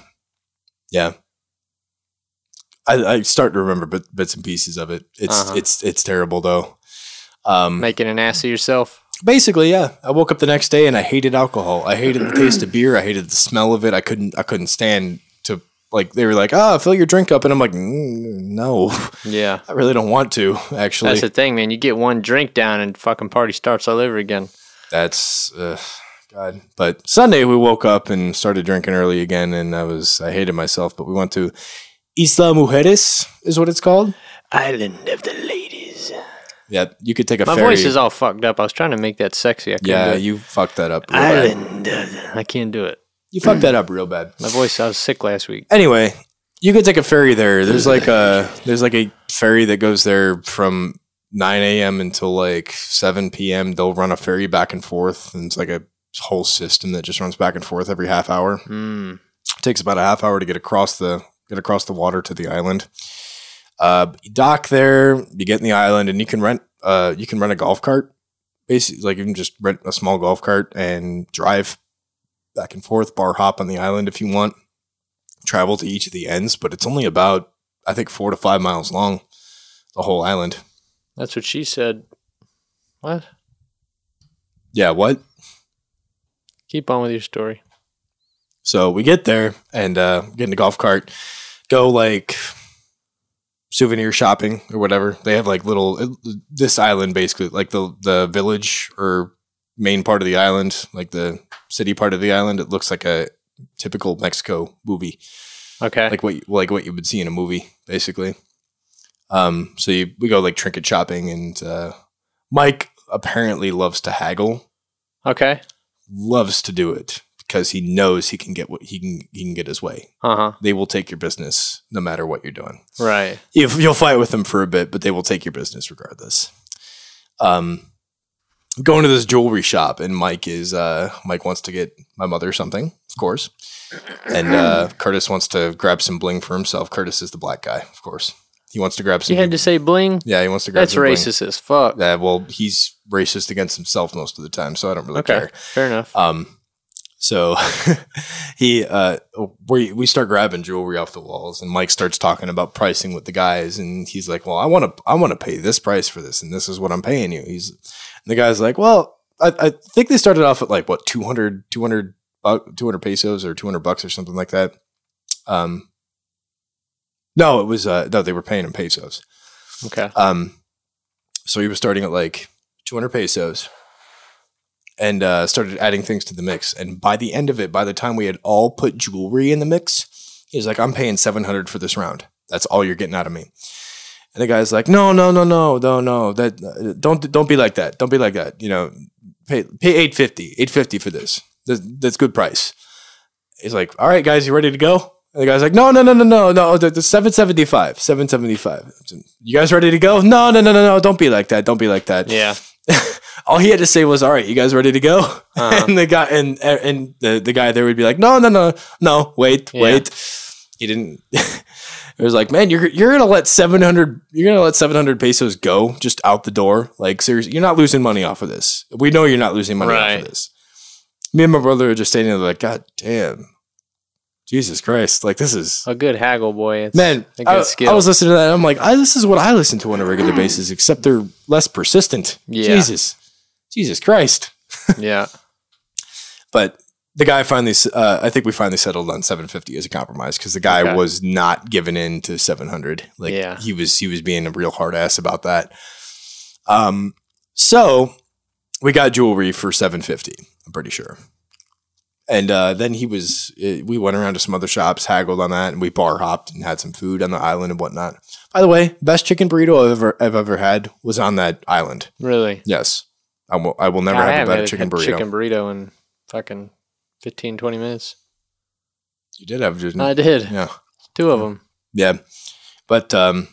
B: yeah. I, I start to remember bit, bits and pieces of it. It's,
A: Uh-huh.
B: it's, it's terrible though. Um,
A: Making an ass of yourself.
B: Basically, yeah. I woke up the next day and I hated alcohol. I hated the taste of beer. I hated the smell of it. I couldn't. I couldn't stand to like. They were like, "Ah, fill your drink up," and I'm like, "Mm, "No,
A: Yeah.
B: I really don't want to." Actually,
A: That's the thing, man. You get one drink down and fucking party starts all over again.
B: that's uh, God. But Sunday we woke up and started drinking early again, and I was I hated myself. But we went to Isla Mujeres, is what it's called.
A: Island of the ladies.
B: Yeah, you could take a
A: My
B: ferry.
A: voice is all fucked up. I was trying to make that sexy. I couldn't
B: yeah,
A: do it.
B: you fucked that up. Real bad.
A: Island. of the- I can't do it.
B: You fucked that up real bad.
A: My voice. I was sick last week.
B: anyway, you could take a ferry there. There's like a there's like a ferry that goes there from 9 a.m. until like 7 p.m. They'll run a ferry back and forth, and it's like a whole system that just runs back and forth every half hour.
A: Mm.
B: takes about a half hour to get across the get across the water to the island. Uh, you dock there, you get in the island, and you can rent uh, you can rent a golf cart. Basically, like you can just rent a small golf cart and drive back and forth, bar hop on the island if you want. Travel to each of the ends, but it's only about I think four to five miles long, the whole island.
A: That's what she said. What?
B: Yeah, what?
A: Keep on with your story.
B: So we get there and uh, get in the golf cart, go like souvenir shopping or whatever. They have like little uh, this island basically, like the the village or main part of the island, like the city part of the island. It looks like a typical Mexico movie,
A: Okay.
B: like what you- like what you would see in a movie, basically. Um, so you, we go like trinket shopping, and uh, Mike apparently loves to haggle
A: okay.
B: loves to do it because he knows he can get what he can he can get his way.
A: Uh huh.
B: They will take your business no matter what you're doing.
A: Right.
B: You- You'll fight with them for a bit, but they will take your business regardless. Um, going to this jewelry shop, and Mike is uh, Mike wants to get my mother something, of course, and uh, Curtis wants to grab some bling for himself. Curtis is the black guy, of course. He wants to grab some.
A: You had to say bling.
B: yeah, he wants to grab.
A: That's
B: some bling.
A: racist as fuck.
B: Yeah, well, he's racist against himself most of the time, so I don't really
A: Okay.
B: care.
A: Fair enough.
B: Um, so he uh, we we start grabbing jewelry off the walls, and Mike starts talking about pricing with the guys, and he's like, "Well, I want to I want to pay this price for this, and this is what I'm paying you." He's and the guy's like, "Well, I, I think they started off at like what 200 200 bu- 200 pesos or 200 bucks or something like that." Um, no, it was uh, no, they were paying in pesos.
A: Okay.
B: Um, so he was starting at like 200 pesos and uh, started adding things to the mix. And by the end of it, by the time we had all put jewelry in the mix, he's like, I'm paying 700 for this round. That's all you're getting out of me. And the guy's like, no, no, no, no, no, no. That uh, don't don't be like that. Don't be like that. You know, pay pay 850, 850 for this. That's, that's good price. He's like, all right, guys, you ready to go? And the guy's like, no, no, no, no, no, no, the, the 775, 775. You guys ready to go? No, no, no, no, no, don't be like that. Don't be like that.
A: Yeah.
B: All he had to say was, all right, you guys ready to go?
A: Uh-huh.
B: And the guy, and, and the, the guy there would be like, no, no, no, no, wait,
A: Yeah.
B: wait. He didn't, it was like, man, you're, you're going to let 700, you're going to let 700 pesos go just out the door. Like seriously, you're not losing money off of this. We know you're not losing money off
A: Right.
B: of this. Me and my brother are just standing there like, God damn. Jesus Christ. Like this is
A: A good haggle boy. It's
B: man.
A: a good
B: I,
A: skill.
B: I was listening to that. And I'm like, I, this is what I listen to on a regular basis, except they're less persistent.
A: Yeah.
B: Jesus, Jesus Christ.
A: yeah.
B: But the guy finally, s- uh, I think we finally settled on 750 as a compromise because the guy
A: Okay.
B: was not giving in to 700. Like
A: Yeah.
B: he was, he was being a real hard ass about that. Um, so we got jewelry for 750. I'm pretty sure. And uh, then he was, uh, we went around to some other shops, haggled on that, and we bar hopped and had some food on the island and whatnot. By the way, best chicken burrito I've ever, I've ever had was on that island.
A: Really.
B: Yes. I will, I will never
A: I
B: have a
A: haven't
B: better
A: had
B: chicken
A: had
B: burrito.
A: Chicken burrito in fucking 15, 20 minutes.
B: You did have, didn't
A: I did.
B: Yeah.
A: Two
B: Mm.
A: of them.
B: Yeah. But um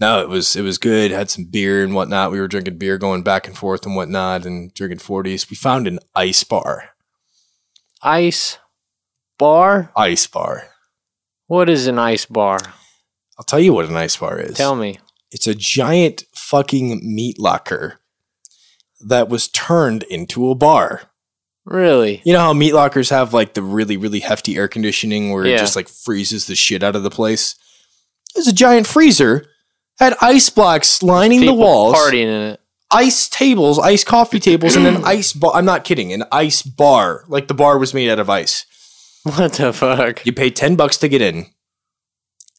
B: no, it was it was good. Had some beer and whatnot. We were drinking beer, going back and forth and whatnot, and drinking forties. We found an ice bar.
A: Ice bar.
B: Ice bar.
A: What is an ice bar?
B: I'll tell you what an ice bar is.
A: Tell me.
B: It's a giant fucking meat locker that was turned into a bar.
A: Really?
B: You know how meat lockers have like the really, really hefty air conditioning where
A: Yeah.
B: it just like freezes the shit out of the place? It was a giant freezer, had ice blocks lining
A: People
B: the walls,
A: partying in it.
B: ice tables, ice coffee tables, and an ice bar. I'm not kidding, an ice bar. Like the bar was made out of ice.
A: What the fuck?
B: You pay 10 bucks to get in,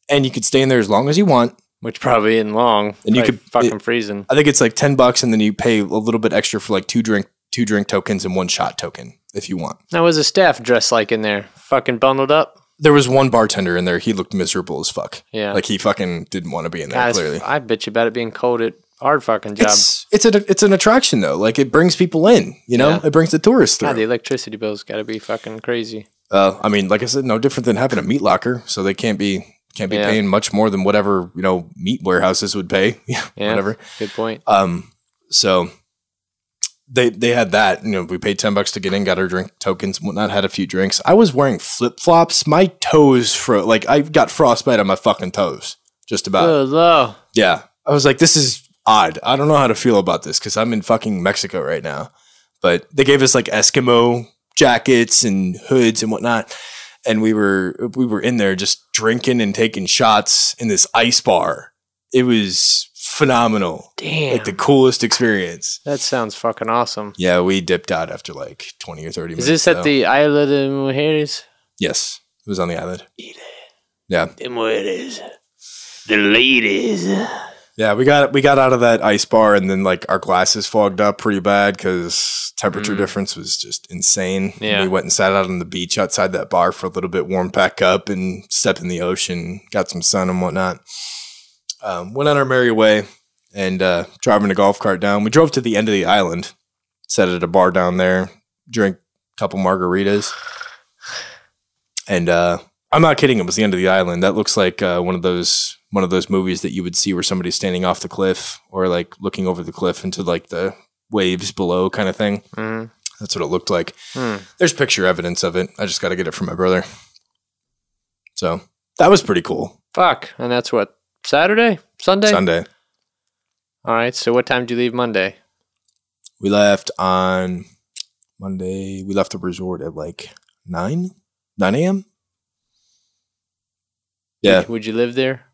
B: and you could stay in there as long as you want.
A: Which probably isn't long.
B: And you
A: Probably
B: could-
A: fucking freezing.
B: I think it's like 10 bucks, and then you pay a little bit extra for like two drink, two drink tokens and one shot token if you want.
A: Now, was the staff dressed like in there? Fucking bundled up.
B: There was one bartender in there. He looked miserable as fuck.
A: Yeah.
B: Like he fucking didn't want to be in there,
A: Guys,
B: clearly.
A: I bet you about it being cold at our fucking job.
B: It's it's an it's an attraction though. Like it brings people in, you know?
A: Yeah.
B: It brings the tourists
A: God, the
B: through.
A: electricity bill's got to be fucking crazy.
B: Uh, I mean, like I said, no different than having a meat locker, so they can't be can't be
A: Yeah.
B: paying much more than whatever, you know, meat warehouses would pay. yeah,
A: Yeah.
B: whatever.
A: Good point.
B: Um so they they had that, you know, we paid 10 bucks to get in, got our drink tokens, and whatnot, had a few drinks. I was wearing flip-flops. My toes fro like I got frostbite on my fucking toes. Just about.
A: Good lord.
B: Yeah. I was like, this is odd. I don't know how to feel about this because I'm in fucking Mexico right now. But they gave us like Eskimo jackets and hoods and whatnot. And we were we were in there just drinking and taking shots in this ice bar. It was phenomenal.
A: Damn.
B: Like the coolest experience.
A: that sounds fucking awesome.
B: Yeah, we dipped out after like twenty or thirty
A: Is
B: minutes.
A: this at
B: though.
A: the Isla de Mujeres?
B: Yes. It was on the island.
A: Isla
B: Yeah.
A: de Mujeres. The ladies.
B: Yeah, we got we got out of that ice bar, and then like our glasses fogged up pretty bad because temperature
A: Mm.
B: difference was just insane.
A: Yeah.
B: we went and sat out on the beach outside that bar for a little bit, warmed back up, and stepped in the ocean, got some sun and whatnot. Um, went on our merry way, and uh, driving a golf cart down, we drove to the end of the island, sat at a bar down there, drank a couple margaritas, and uh, I'm not kidding. It was the end of the island. That looks like uh, one of those one of those movies that you would see where somebody's standing off the cliff or like looking over the cliff into like the waves below kind of thing.
A: Mm.
B: That's what it looked like.
A: Hmm.
B: There's picture evidence of it. I just got to get it from my brother. So that was pretty cool.
A: Fuck. And that's what? Saturday? Sunday?
B: Sunday
A: All right. So what time do you leave Monday?
B: we left on Monday. We left the resort at like nine nine a.m. Yeah.
A: Would, would you live there?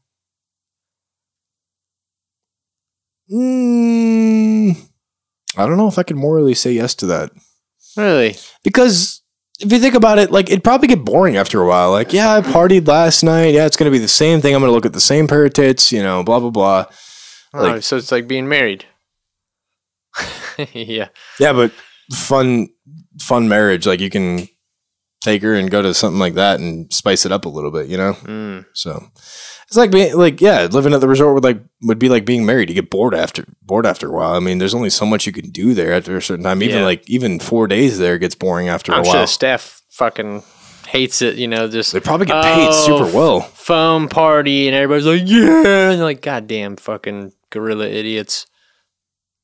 B: Mm, I don't know if I could morally say yes to that.
A: Really?
B: because if you think about it, like it'd probably get boring after a while. Like, yeah, I partied last night. Yeah, it's gonna be the same thing. I'm gonna look at the same pair of tits. You know, blah blah blah. Like-
A: oh, so it's like being married. yeah.
B: Yeah, but fun, fun marriage. Like you can take her and go to something like that and spice it up a little bit. You know,
A: Mm.
B: so it's like being like yeah, living at the resort would like would be like being married. You get bored after bored after a while. I mean, there's only so much you can do there after a certain time. Even
A: Yeah.
B: like even four days there gets boring after
A: I'm
B: a
A: sure
B: while.
A: the staff fucking hates it, you know, just
B: they probably get paid
A: Oh,
B: super well.
A: foam party and everybody's like, yeah. And they're like, goddamn fucking gorilla idiots.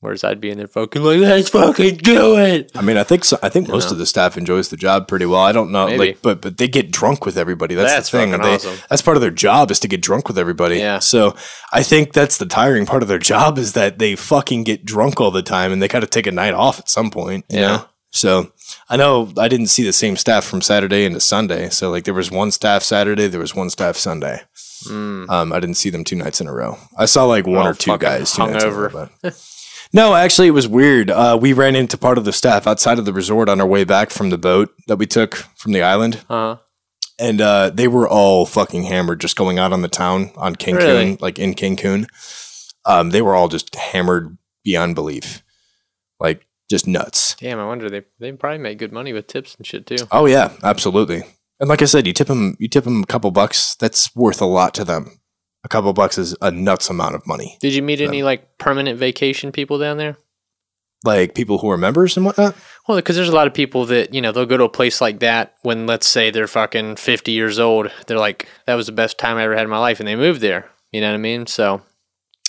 A: Whereas I'd be in there fucking like, let's fucking do it.
B: I mean, I think so, I think most
A: know?
B: of the staff enjoys the job pretty well. I don't know,
A: Maybe.
B: like, but but they get drunk with everybody. That's,
A: That's
B: the thing.
A: fucking
B: They-
A: awesome.
B: That's part of their job is to get drunk with everybody.
A: Yeah.
B: So I think that's the tiring part of their job is that they fucking get drunk all the time and they got to take a night off at some point. You
A: Yeah.
B: Know? So I know I didn't see the same staff from Saturday into Sunday. So like there was one staff Saturday, there was one staff Sunday.
A: Mm.
B: Um, I didn't see them two nights in a row. I saw like one
A: All
B: or two
A: Oh, fucking
B: guys two nights in a row,
A: hungover.
B: but- no, actually, it was weird. Uh, we ran into part of the staff outside of the resort on our way back from the boat that we took from the island,
A: Uh,
B: and uh, they were all fucking hammered just going out on the town on Cancun,
A: Really?
B: like in Cancun. Um, they were all just hammered beyond belief, like just nuts.
A: damn, I wonder they they probably make good money with tips and shit too.
B: Oh yeah, absolutely. And like I said, you tip them, you tip them a couple bucks. That's worth a lot to them. A couple bucks is a nuts amount of money.
A: Did you meet any like permanent vacation people down there?
B: Like people who are members and whatnot.
A: Well, because there's a lot of people that, you know, they'll go to a place like that when, let's say, they're fucking 50 years old. They're like, that was the best time I ever had in my life. And they moved there. You know what I mean? So,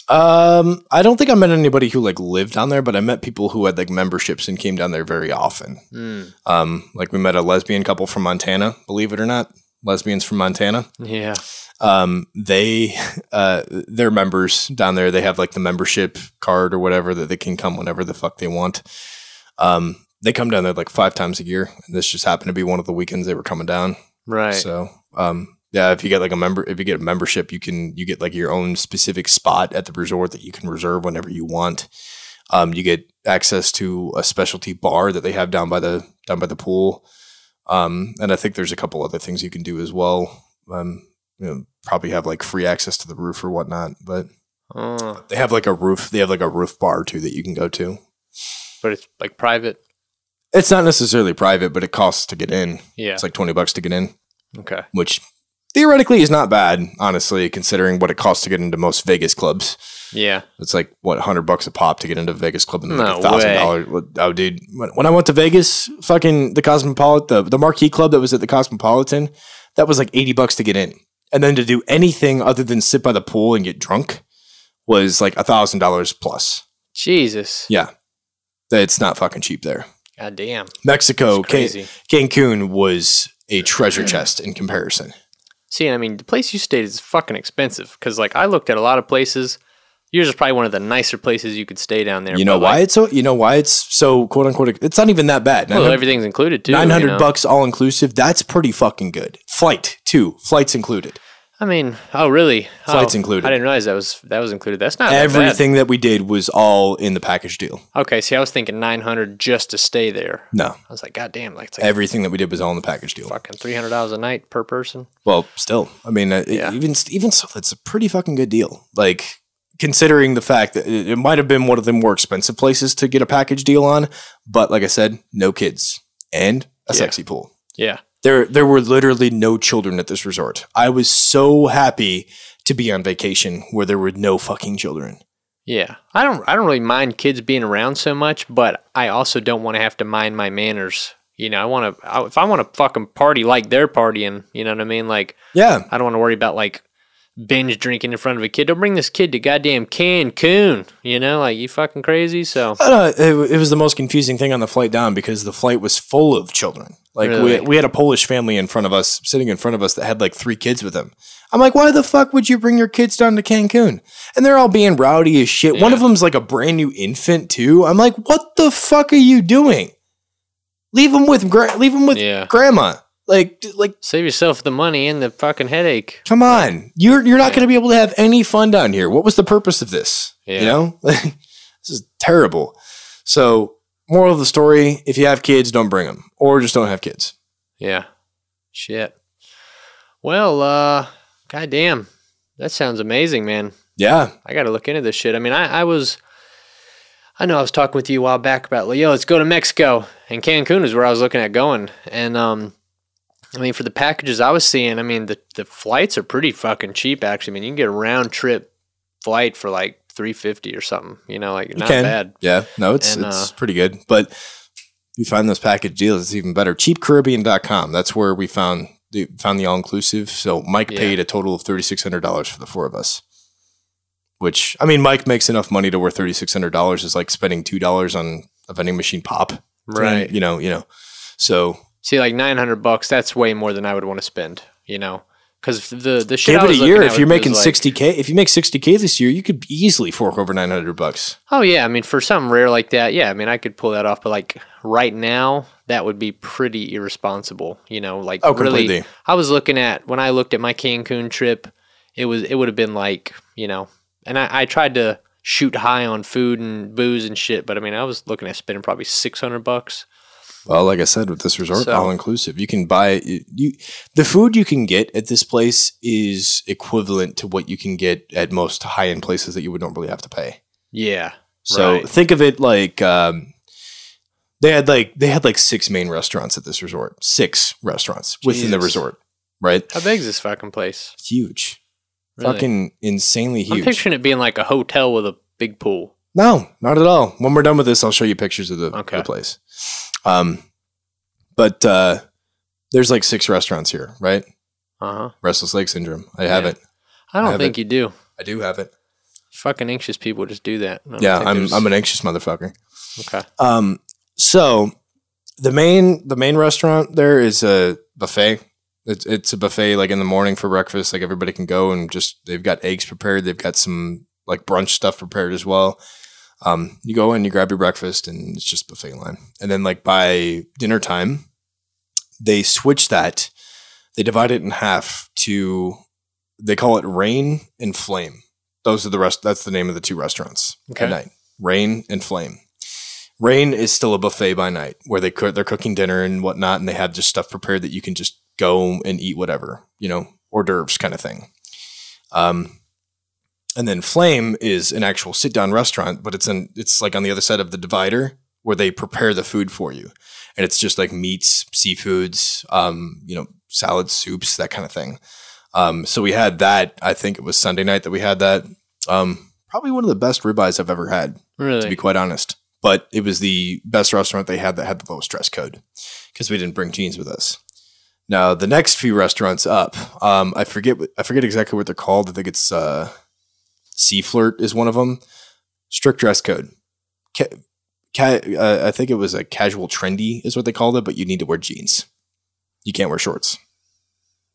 B: Um, I don't think I met anybody who like lived down there, but I met people who had like memberships and came down there very often.
A: mm,
B: Um, like we met a lesbian couple from Montana, believe it or not. lesbians from Montana.
A: Yeah.
B: Um, they, uh, their members down there, they have like the membership card or whatever that they can come whenever the fuck they want. Um, they come down there like five times a year. And this just happened to be one of the weekends they were coming down.
A: Right.
B: So, um, yeah, if you get like a member, if you get a membership, you can you get like your own specific spot at the resort that you can reserve whenever you want. Um, you get access to a specialty bar that they have down by the down by the pool, um, and I think there's a couple other things you can do as well. Um, you know, probably have like free access to the roof or whatnot, but
A: Oh,
B: they have like a roof. They have like a roof bar too that you can go to.
A: but it's like private.
B: It's not necessarily private, but it costs to get in.
A: Yeah.
B: It's like twenty bucks to get in.
A: okay.
B: which theoretically is not bad, honestly, considering what it costs to get into most Vegas clubs.
A: Yeah.
B: It's like what hundred bucks a pop to get into Vegas club
A: No
B: and like thousand dollars. Oh, dude, when, when I went to Vegas, fucking the Cosmopolitan, the, the marquee club that was at the Cosmopolitan, that was like eighty bucks to get in, and then to do anything other than sit by the pool and get drunk was like a thousand dollars plus.
A: Jesus.
B: Yeah, it's not fucking cheap there.
A: God damn.
B: Mexico,
A: It's
B: Can-
A: crazy.
B: Cancun was a treasure chest in comparison.
A: See, and I mean, the place you stayed is fucking expensive because, like, I looked at a lot of places. Yours is probably one of the nicer places you could stay down there.
B: You know
A: but,
B: why
A: Like,
B: it's so? You know why it's so quote unquote? It's not even that bad.
A: well,
B: 900,
A: everything's included too. you
B: 900
A: know?
B: bucks all inclusive. That's pretty fucking good. Flight too. Flights included.
A: I mean, oh really?
B: Flights
A: Oh,
B: included.
A: I didn't realize that was that was included. That's not everything.
B: Everything that we did was all in the package deal.
A: Okay, see, I was thinking nine hundred just to stay there.
B: No,
A: I was like, God damn, like it's like
B: everything that we did was all in the package deal.
A: fucking three hundred dollars a night per person.
B: Well, still, I mean, uh,
A: Yeah.
B: even even so, that's a pretty fucking good deal. Like considering the fact that it, it might have been one of the more expensive places to get a package deal on, but like I said, no kids and a
A: Yeah.
B: sexy pool.
A: Yeah,
B: There, there were literally no children at this resort. I was so happy to be on vacation where there were no fucking children.
A: yeah. I don't I don't really mind kids being around so much, but I also don't want to have to mind my manners. You know, I want to if I want to fucking party like they're partying. You know what I mean? Like
B: Yeah,
A: I don't want to worry about like binge drinking in front of a kid. Don't bring this kid to goddamn Cancun. You know, like you fucking crazy. So
B: but, uh, it, it was the most confusing thing on the flight down because the flight was full of children. Like
A: Really?
B: we, we had a Polish family in front of us, sitting in front of us that had like three kids with them. I'm like, why the fuck would you bring your kids down to Cancun? And they're all being rowdy as shit. One
A: Yeah.
B: of them's like a brand new infant too. I'm like, what the fuck are you doing? Leave them with gra- leave them with
A: yeah,
B: grandma. Like, d- like
A: save yourself the money and the fucking headache.
B: Come on, you're you're not going to be able to have any fun down here. What was the purpose of this?
A: Yeah.
B: You know, this is terrible. So, moral of the story: if you have kids, don't bring them, or just don't have kids.
A: Yeah, shit. Well, uh, goddamn, that sounds amazing, man.
B: Yeah,
A: I got to look into this shit. I mean, I, I was, I know I was talking with you a while back about, like, yo, let's go to Mexico. And Cancun is where I was looking at going. And, um, I mean, for the packages I was seeing, I mean, the, the flights are pretty fucking cheap, actually. I mean, you can get a round trip flight for like 350 or something, you know, like not
B: can.
A: bad.
B: yeah. No, it's
A: And,
B: it's
A: uh,
B: pretty good. But if you find those package deals, it's even better. CheapCaribbean.com. That's where we found the found the all inclusive. So Mike
A: Yeah.
B: paid a total of thirty six hundred dollars for the four of us. Which I mean, Mike makes enough money to where thirty six hundred dollars is like spending two dollars on a vending machine pop.
A: Right.
B: you know you know so
A: See, like 900 bucks, that's way more than I would want to spend, you know, because the, the shit
B: give
A: I
B: it a
A: was looking
B: year
A: at
B: if you're
A: was
B: making
A: like-
B: 60k if you make 60k this year you could easily fork over 900 bucks
A: Oh yeah, I mean for something rare like that, yeah, I mean I could pull that off, but like right now, that would be pretty irresponsible. You know, like
B: Oh,
A: really,
B: completely.
A: I was looking at when I looked at my Cancun trip, it was it would have been like you know, and I, I tried to shoot high on food and booze and shit, but I mean I was looking at spending probably six hundred bucks.
B: well like i said with this resort
A: So-
B: all inclusive you can buy you the food you can get at this place is equivalent to what you can get at most high end places that you would normally have to pay
A: Yeah,
B: so
A: Right.
B: think of it like um they had like they had like six main restaurants at this resort six restaurants within the
A: Jesus.
B: resort right
A: how big is this fucking place?
B: huge
A: Really?
B: fucking insanely
A: I'm
B: huge
A: picturing it being like a hotel with a big pool.
B: No, not at all. When we're done with this, I'll show you pictures of the, the
A: Okay.
B: place. Um, but uh, there's like six restaurants here, right?
A: Uh huh.
B: Restless leg syndrome. I have
A: Yeah.
B: it.
A: I
B: I
A: don't
B: have
A: think you do.
B: I do have it.
A: Fucking anxious people just do that. I don't
B: yeah,
A: think
B: I'm
A: there's-
B: I'm an anxious motherfucker.
A: okay.
B: Um, so the main the main restaurant there is a buffet. It's it's a buffet like in the morning for breakfast. Like everybody can go and just they've got eggs prepared. They've got some like brunch stuff prepared as well. Um, you go in, you grab your breakfast, and it's just buffet line. And then like by dinner time, they switch that. They divide it in half to they call it rain and flame. Those are the rest. That's the name of the two restaurants
A: Okay.
B: at night. Rain and flame. Rain is still a buffet by night where they cook, they're cooking dinner and whatnot, and they have just stuff prepared that you can just go and eat whatever, you know, hors d'oeuvres kind of thing. Um, and then Flame is an actual sit down restaurant, but it's in it's like on the other side of the divider where they prepare the food for you, and it's just like meats, seafoods, um, you know, salads, soups, that kind of thing. Um, so we had that. I think it was Sunday night that we had that. Um, probably one of the best ribeyes I've ever had to be
A: Really?
B: quite honest. But it was the best restaurant they had that had the lowest dress code because we didn't bring jeans with us. Now the next few restaurants up, um, I forget what- I forget exactly what they're called. I think it's uh, Sea Flirt is one of them. Strict dress code. Ca- ca- uh, I think it was a casual trendy is what they called it, but you need to wear jeans. You can't wear shorts.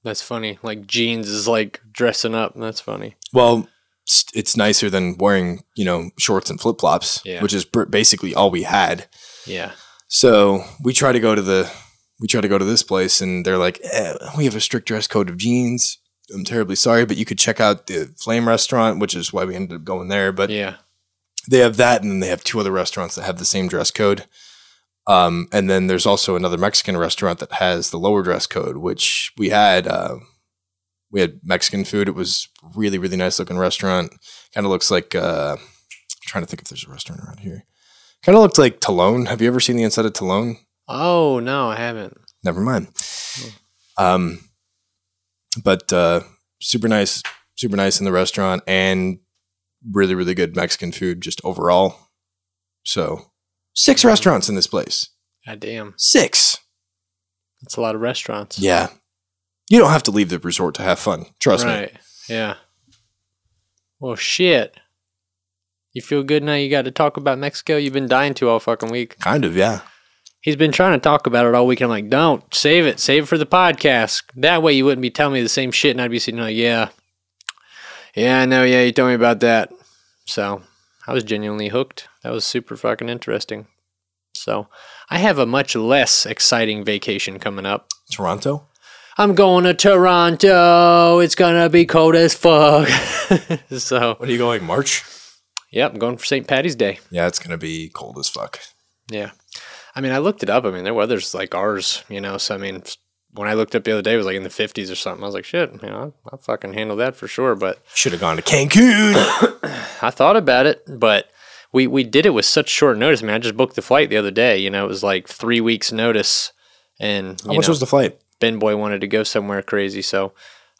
A: That's funny. Like jeans is like dressing up. That's funny.
B: Well, it's, it's nicer than wearing you know shorts and flip flops,
A: Yeah.
B: which is br- basically all we had.
A: Yeah.
B: So we try to go to the we try to go to this place, and they're like, eh, "We have a strict dress code of jeans." I'm terribly sorry, but you could check out the Flame Restaurant, which is why we ended up going there. But
A: Yeah.
B: they have that, and then they have two other restaurants that have the same dress code. Um, and then there's also another Mexican restaurant that has the lower dress code, which we had. Uh, we had Mexican food. It was really, really nice looking restaurant. Kind of looks like uh, I'm trying to think if there's a restaurant around here. Kind of looked like Talone. Have you ever seen the inside of Talone?
A: Oh no, I haven't.
B: never mind. Um, but uh, super nice, super nice in the restaurant, and really, really good Mexican food just overall. So six restaurants in this place.
A: God damn.
B: Six.
A: That's a lot of restaurants.
B: Yeah. You don't have to leave the resort to have fun. Trust me.
A: right. Yeah. Well, shit. You feel good now? You got to talk about Mexico. You've been dying to all fucking week.
B: Kind of, yeah.
A: He's been trying to talk about it all week. I'm like, don't save it. Save it for the podcast. That way, you wouldn't be telling me the same shit, and I'd be sitting like, yeah, yeah, I know. Yeah, you told me about that. So I was genuinely hooked. That was super fucking interesting. So I have a much less exciting vacation coming up.
B: Toronto.
A: I'm going to Toronto. It's gonna be cold as fuck. so,
B: What are you going? March.
A: yep, I'm going for St. Patty's Day.
B: Yeah, it's gonna be cold as fuck.
A: Yeah. I mean, I looked it up. I mean, their weather's like ours, you know. So, I mean, when I looked up the other day, it was like in the 50s or something. I was like, shit, you know, I'll fucking handle that for sure. But
B: Should have gone to Cancun.
A: I thought about it, but we, we did it with such short notice. I mean, I just booked the flight the other day. You know, it was like three weeks' notice. And
B: How
A: you
B: much
A: know,
B: was the flight?
A: Ben Boy wanted to go somewhere crazy. So,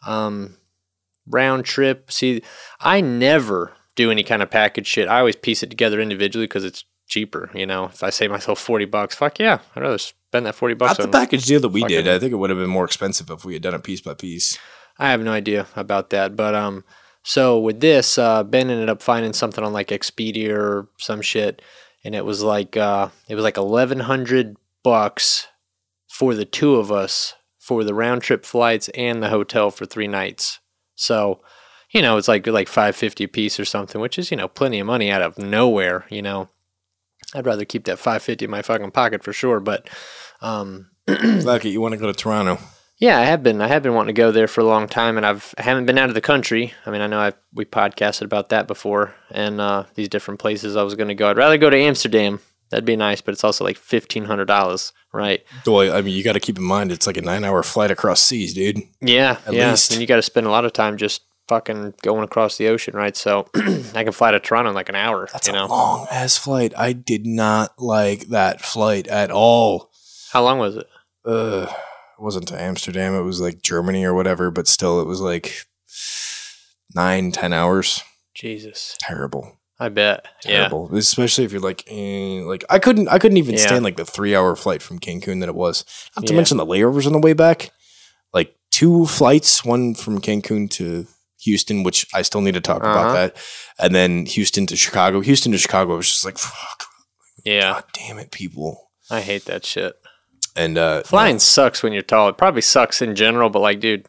A: um, round trip. See, I never do any kind of package shit. I always piece it together individually because it's cheaper. You know, if I save myself 40 bucks, fuck yeah, I'd rather spend that 40
B: Not
A: bucks
B: the
A: on.
B: package deal that we
A: fucking-
B: did. I think it would have been more expensive if we had done it piece by piece.
A: I have no idea about that. But, um, so with this, uh, Ben ended up finding something on like Expedia or some shit. And it was like, uh, it was like 1100 bucks for the two of us for the round trip flights and the hotel for three nights. So, you know, it's like like five fifty a piece or something, which is you know plenty of money out of nowhere. You know, I'd rather keep that five fifty in my fucking pocket for sure. But um,
B: Lucky, you want to go to Toronto?
A: yeah, I have been. I have been wanting to go there for a long time, and I've I haven't been out of the country. I mean, I know I've, we podcasted about that before, and uh, these different places I was going to go. I'd rather go to Amsterdam. That'd be nice, but it's also like fifteen hundred dollars, right?
B: Well, I mean, you got to keep in mind it's like a nine-hour flight across seas, dude.
A: Yeah,
B: At
A: yeah.
B: least.
A: And you got to spend a lot of time just fucking going across the ocean, right? So I can fly to Toronto in like an hour.
B: That's
A: you
B: a
A: know,
B: long ass flight. I did not like that flight at all.
A: how long was it?
B: Ugh. It wasn't to Amsterdam. It was like Germany or whatever, but still, it was like nine, ten hours.
A: Jesus,
B: Terrible,
A: I bet. Yeah,
B: terrible. Especially if you're like, eh, like I couldn't, I couldn't even
A: Yeah.
B: stand like the three-hour flight from Cancun that it was. Not to
A: Yeah.
B: mention the layovers on the way back. Like two flights, one from Cancun to Houston, which I still need to talk
A: Uh-huh.
B: about that, and then Houston to Chicago. Houston to Chicago was just like, fuck,
A: yeah.
B: God damn it, people.
A: I hate that shit.
B: And uh,
A: Flying sucks when you're tall. It probably sucks in general, but like, dude,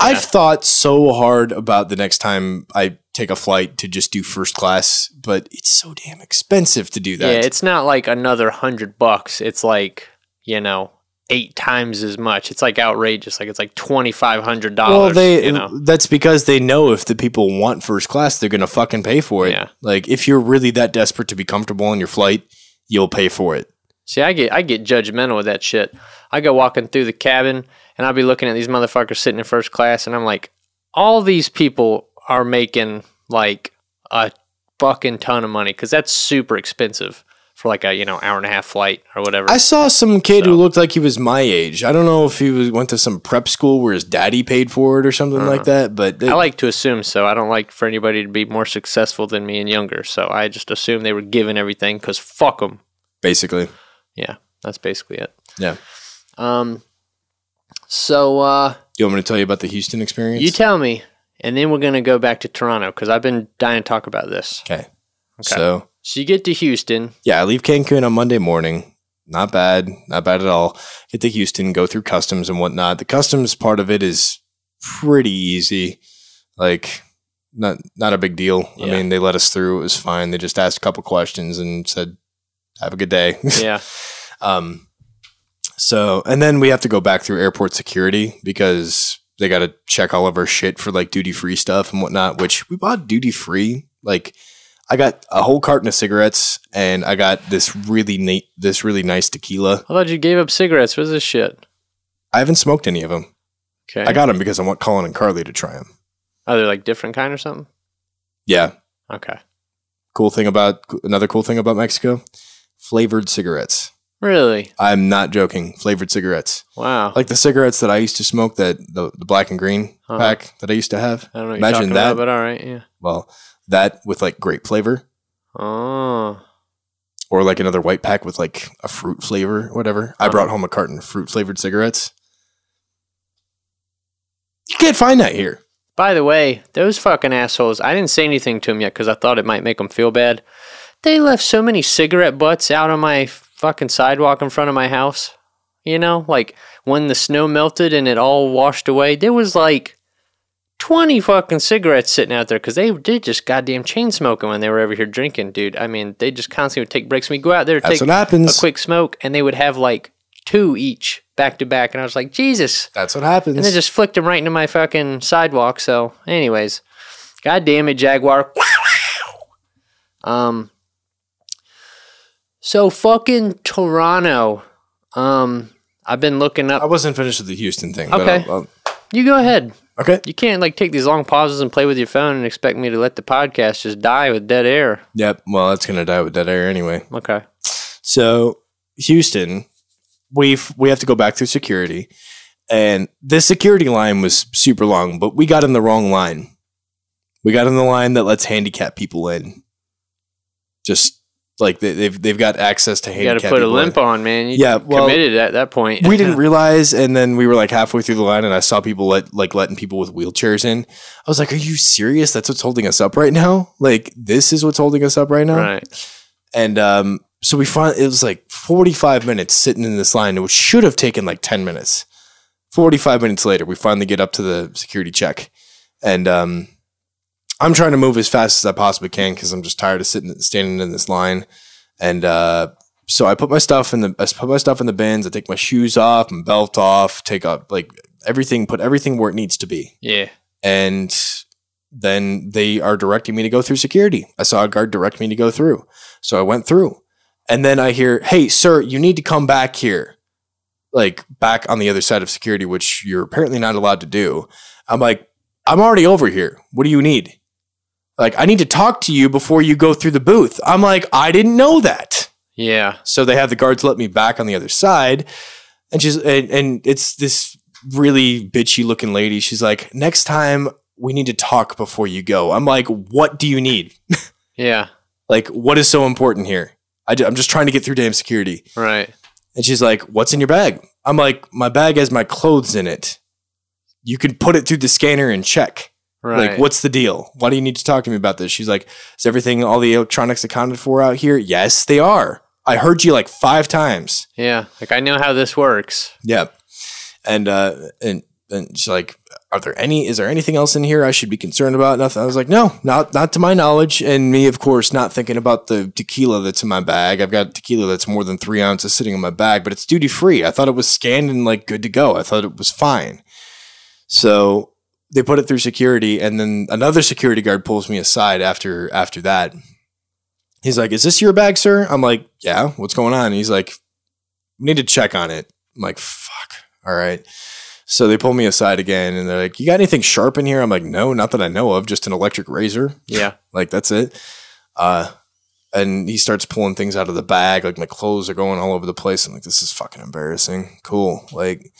B: I've thought so hard about the next time I take a flight to just do first class, but it's so damn expensive to do that.
A: yeah, it's not like another hundred bucks. It's like you know eight times as much. It's like outrageous. Like it's like twenty five hundred dollars.
B: well, they
A: you know.
B: that's because they know if the people want first class, they're gonna fucking pay for it.
A: Yeah.
B: Like if you're really that desperate to be comfortable on your flight, you'll pay for it.
A: See, I get I get judgmental with that shit. I go walking through the cabin and I'll be looking at these motherfuckers sitting in first class, and I'm like, all these people are making like a fucking ton of money because that's super expensive for like a you know hour and a half flight or whatever.
B: I saw some kid who looked like he was my age. I don't know if he was went to some prep school where his daddy paid for it or something like that, but they-
A: Uh-huh. I like to assume so. I don't like for anybody to be more successful than me and younger. So I just assume they were given everything because fuck them.
B: basically,
A: Yeah, that's basically it.
B: yeah.
A: Um, so uh,
B: You want me to tell you about the Houston experience?
A: you tell me, and then we're gonna go back to Toronto because I've been dying to talk about this.
B: okay. So
A: So you get to Houston.
B: yeah, I leave Cancun on Monday morning. Not bad, not bad at all. Get to Houston, go through customs and whatnot. The customs part of it is pretty easy, like not not a big deal. I
A: Yeah.
B: mean, they let us through; it was fine. They just asked a couple questions and said, "Have a good day."
A: Yeah,
B: Um, so, and then we have to go back through airport security because they got to check all of our shit for like duty free stuff and whatnot, which we bought duty free. Like, I got a whole carton of cigarettes and I got this really neat, this really nice tequila.
A: I thought you gave up cigarettes. What's this shit?
B: I haven't smoked any of them.
A: Okay,
B: I got them because I want Colin and Carly to try them.
A: are they like different kind or something?
B: Yeah.
A: Okay,
B: Cool thing about another cool thing about Mexico flavored cigarettes.
A: really?
B: I'm not joking. Flavored cigarettes.
A: Wow.
B: Like the cigarettes that I used to smoke, that the, the black and green
A: Uh-huh.
B: pack that I used to have.
A: I don't know what you're
B: imagine
A: talking
B: that.
A: about, but all right, yeah.
B: Well, that with like grape flavor
A: Oh,
B: or like another white pack with like a fruit flavor, whatever. I brought home a carton of fruit flavored cigarettes. You can't find that here.
A: By the way, those fucking assholes, I didn't say anything to them yet because I thought it might make them feel bad. They left so many cigarette butts out on my fucking sidewalk in front of my house. You know, like when the snow melted and it all washed away, there was like 20 fucking cigarettes sitting out there because they did just goddamn chain smoking when they were over here drinking, dude. I mean, they just constantly would take breaks. We'd go out there,
B: That's
A: take
B: what happens.
A: a quick smoke, and they would have like two each back to back. And I was like, Jesus.
B: That's what happens.
A: And they just flicked him right into my fucking sidewalk. So, anyways, god damn it, Jaguar. um, so fucking Toronto. Um, I've been looking
B: I
A: up.
B: wasn't finished with the Houston thing.
A: Okay.
B: But I'll- I'll-
A: You go ahead.
B: okay.
A: You can't like take these long pauses and play with your phone and expect me to let the podcast just die with dead air.
B: Yep. Well, that's going to die with dead air anyway.
A: Okay.
B: So Houston, we we have to go back through security, and the security line was super long, but we got in the wrong line. We got in the line that lets handicap people in. Just like they, they've they've got access to
A: You got
B: handicap.
A: to put a
B: people in.
A: limp on, man. You
B: Yeah, well-
A: committed at that point.
B: We didn't realize, and then we were like halfway through the line, and I saw people let like letting people with wheelchairs in. I was like, "Are you serious? That's what's holding us up right now? Like this is what's holding us up right now?"
A: right.
B: And um, so we find it was like 45 minutes sitting in this line, which should have taken like 10 minutes. 45 minutes later, we finally get up to the security check. And um, I'm trying to move as fast as I possibly can because I'm just tired of sitting standing in this line. And uh, so I put my stuff in the I put my stuff in the bins. I take my shoes off, my belt off, take up like everything, put everything where it needs to be
A: Yeah.
B: and then they are directing me to go through security. I saw a guard direct me to go through. So I went through. And then I hear, "Hey, sir, you need to come back here." Like back on the other side of security, which you're apparently not allowed to do. I'm like, "I'm already over here. What do you need?" Like, "I need to talk to you before you go through the booth." I'm like, "I didn't know that."
A: Yeah.
B: So they have the guards let me back on the other side, and she's and, and it's this really bitchy looking lady. She's like, "Next time we need to talk before you go." I'm like, "What do you need?
A: Yeah.
B: Like, what is so important here? I am just trying to get through damn security."
A: Right.
B: And she's like, "What's in your bag?" I'm like, "My bag has my clothes in it. You can put it through the scanner and check."
A: Right.
B: Like, what's the deal? Why do you need to talk to me about this? She's like, is everything, all the electronics accounted for out here? Yes, they are. I heard you like five times.
A: Yeah. Like I know how this works.
B: Yeah. And uh and and she's like, Are there any is there anything else in here I should be concerned about? Nothing. I was like, No, not not to my knowledge. And me, of course, not thinking about the tequila that's in my bag. I've got tequila that's more than three ounces sitting in my bag, but it's duty free. I thought it was scanned and like good to go. I thought it was fine. So they put it through security and then another security guard pulls me aside after after that. He's like, Is this your bag, sir? I'm like, Yeah, what's going on? He's like, We need to check on it. I'm like, fuck. All right. So they pull me aside again and they're like, You got anything sharp in here? I'm like, No, not that I know of, just an electric razor.
A: Yeah.
B: Like, that's it. Uh, and he starts pulling things out of the bag. Like, my clothes are going all over the place. I'm like, This is fucking embarrassing. Cool. Like,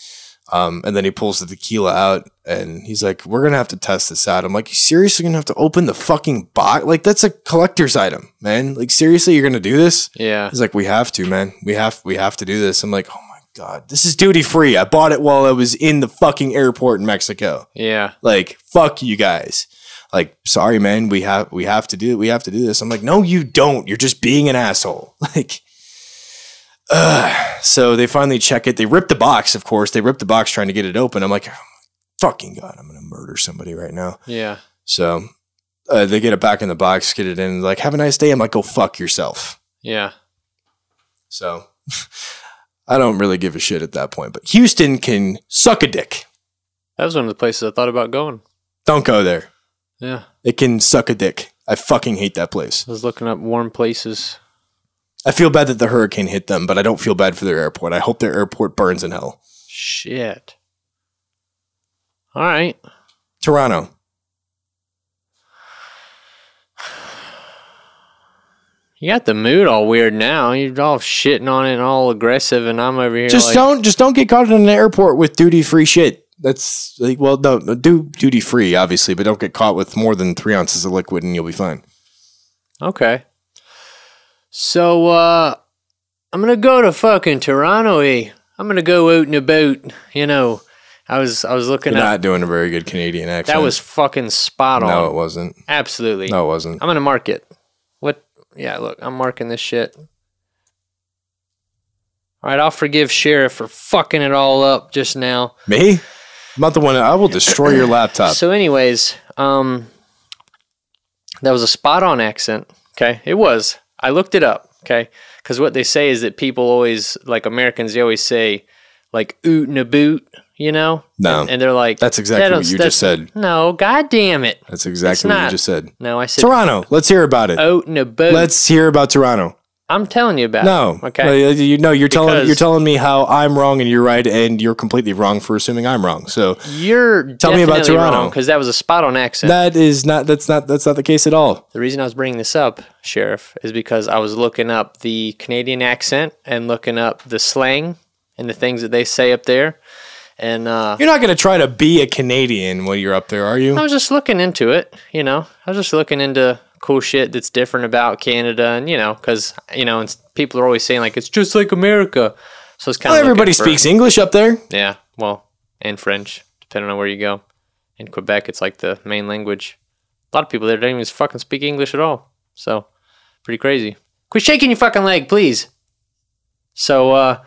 B: um, and then he pulls the tequila out and he's like, We're going to have to test this out. I'm like, You seriously going to have to open the fucking box? Like, that's a collector's item, man. Like, seriously, you're going to do this?
A: Yeah.
B: He's like, we have to, man. We have we have to do this. I'm like, oh my god, this is duty free. I bought it while I was in the fucking airport in Mexico.
A: Yeah.
B: Like, fuck you guys. Like, sorry, man. We have we have to do we have to do this. I'm like, no, you don't. You're just being an asshole. Like. Uh, so they finally check it. They rip the box, of course. They rip the box trying to get it open. I'm like, oh my fucking God, I'm going to murder somebody right now.
A: Yeah.
B: So uh, they get it back in the box, get it in, like, have a nice day. I'm like, go fuck yourself.
A: Yeah.
B: So I don't really give a shit at that point. But Houston can suck a dick.
A: That was one of the places I thought about going.
B: Don't go there.
A: Yeah.
B: It can suck a dick. I fucking hate that place.
A: I was looking up warm places.
B: I feel bad that the hurricane hit them, but I don't feel bad for their airport. I hope their airport burns in hell.
A: Shit. All right.
B: Toronto.
A: You got the mood all weird now. You're all shitting on it and all aggressive, and I'm over here.
B: just
A: like,
B: don't just don't get caught in an airport with duty free shit. That's like well no no, do duty free obviously, but don't get caught with more than three ounces of liquid and you'll be fine.
A: Okay. So uh I'm gonna go to fucking Toronto i I'm gonna go out and about, you know. I was I was looking
B: You're
A: at
B: not doing a very good Canadian accent.
A: that was fucking spot on.
B: no, it wasn't.
A: Absolutely.
B: No, it wasn't.
A: I'm gonna mark it. What yeah, look, I'm marking this shit. Alright, I'll forgive Sheriff for fucking it all up just now.
B: Me? I'm not the one. I will destroy your laptop.
A: So, anyways, um, that was a spot on accent. Okay, it was. I looked it up. Okay, because what they say is that people always like Americans. They always say like oot and a boot. You know?
B: No.
A: And, and they're like,
B: That's
A: "That
B: exactly what
A: don't-
B: you
A: that's-
B: just said.
A: No, god damn it.
B: That's
A: It's
B: exactly what
A: not. Oh.
B: you just said.
A: No, I said
B: Toronto. Let's hear about it.
A: oat and a boot.
B: Let's hear about Toronto.
A: I'm telling you about.
B: No.
A: It. Okay.
B: No, you- you know you're telling
A: Because-
B: you're telling me how I'm wrong and you're right and you're completely wrong for assuming I'm wrong. So
A: You're
B: Tell me about Toronto.
A: because that was a spot on accent.
B: that is not that's not that's not the case at all.
A: The reason I was bringing this up, Sheriff, is because I was looking up the Canadian accent and looking up the slang and the things that they say up there. And uh,
B: You're not going to try to be a Canadian when you're up there, are
A: I
B: you?
A: was just looking into it, you know. I was just looking into cool shit that's different about Canada and, you know, because, you know, and people are always saying, like, it's just like America. So it's kind
B: Well,
A: of.
B: everybody speaks English up there.
A: Yeah. Well, and French, depending on where you go. In Quebec, it's like the main language. A lot of people there don't even fucking speak English at all. So, pretty crazy. Quit shaking your fucking leg, please. So, uh,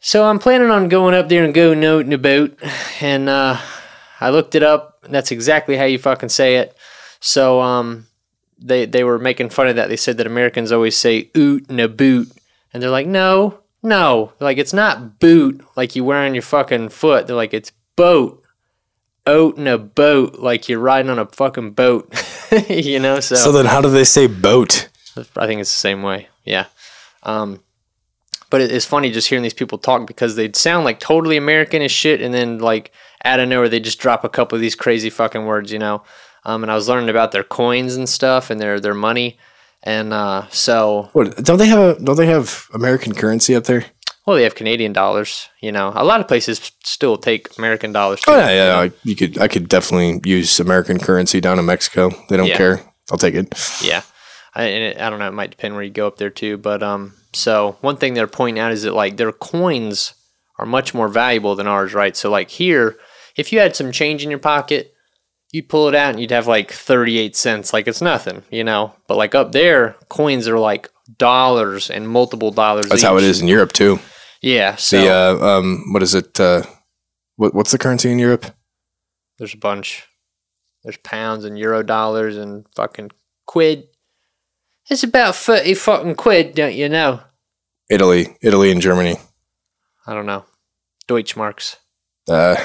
A: so I'm planning on going up there and going out in a boat. And, uh, I looked it up. and That's exactly how you fucking say it. So, um, they, they were making fun of that. They said that Americans always say oot and a boot. And they're like, no, no. They're like, it's not boot like you wear on your fucking foot. They're like, it's boat. Oat and a boat like you're riding on a fucking boat. you know? So,
B: So then how do they say boat?
A: I think it's the same way. Yeah. Um, but it, it's funny just hearing these people talk because they'd sound like totally American as shit, and then like out of nowhere they just drop a couple of these crazy fucking words, you know. Um, and I was learning about their coins and stuff and their their money, and uh, so
B: What don't they have a don't they have American currency up there?
A: well they have Canadian dollars, you know. A lot of places still take American dollars. Too.
B: Oh yeah, yeah. I, you could I could definitely use American currency down in Mexico. They don't
A: Yeah.
B: care. I'll take it.
A: Yeah. I, and it, I don't know. It might depend where you go up there too. But um, so one thing they're pointing out is that like their coins are much more valuable than ours, right? So like here, if you had some change in your pocket, you'd pull it out and you'd have like 38 cents. Like it's nothing, you know? But like up there, coins are like dollars and multiple dollars.
B: That's how it
A: each.
B: is in Europe too.
A: Yeah. So
B: The uh, um, what is it? Uh, what, what's the currency in Europe?
A: there's a bunch. There's pounds and euro dollars and fucking quid. It's about thirty fucking quid, don't you know?
B: Italy, Italy, and Germany.
A: I don't know. Deutschmarks.
B: Uh, I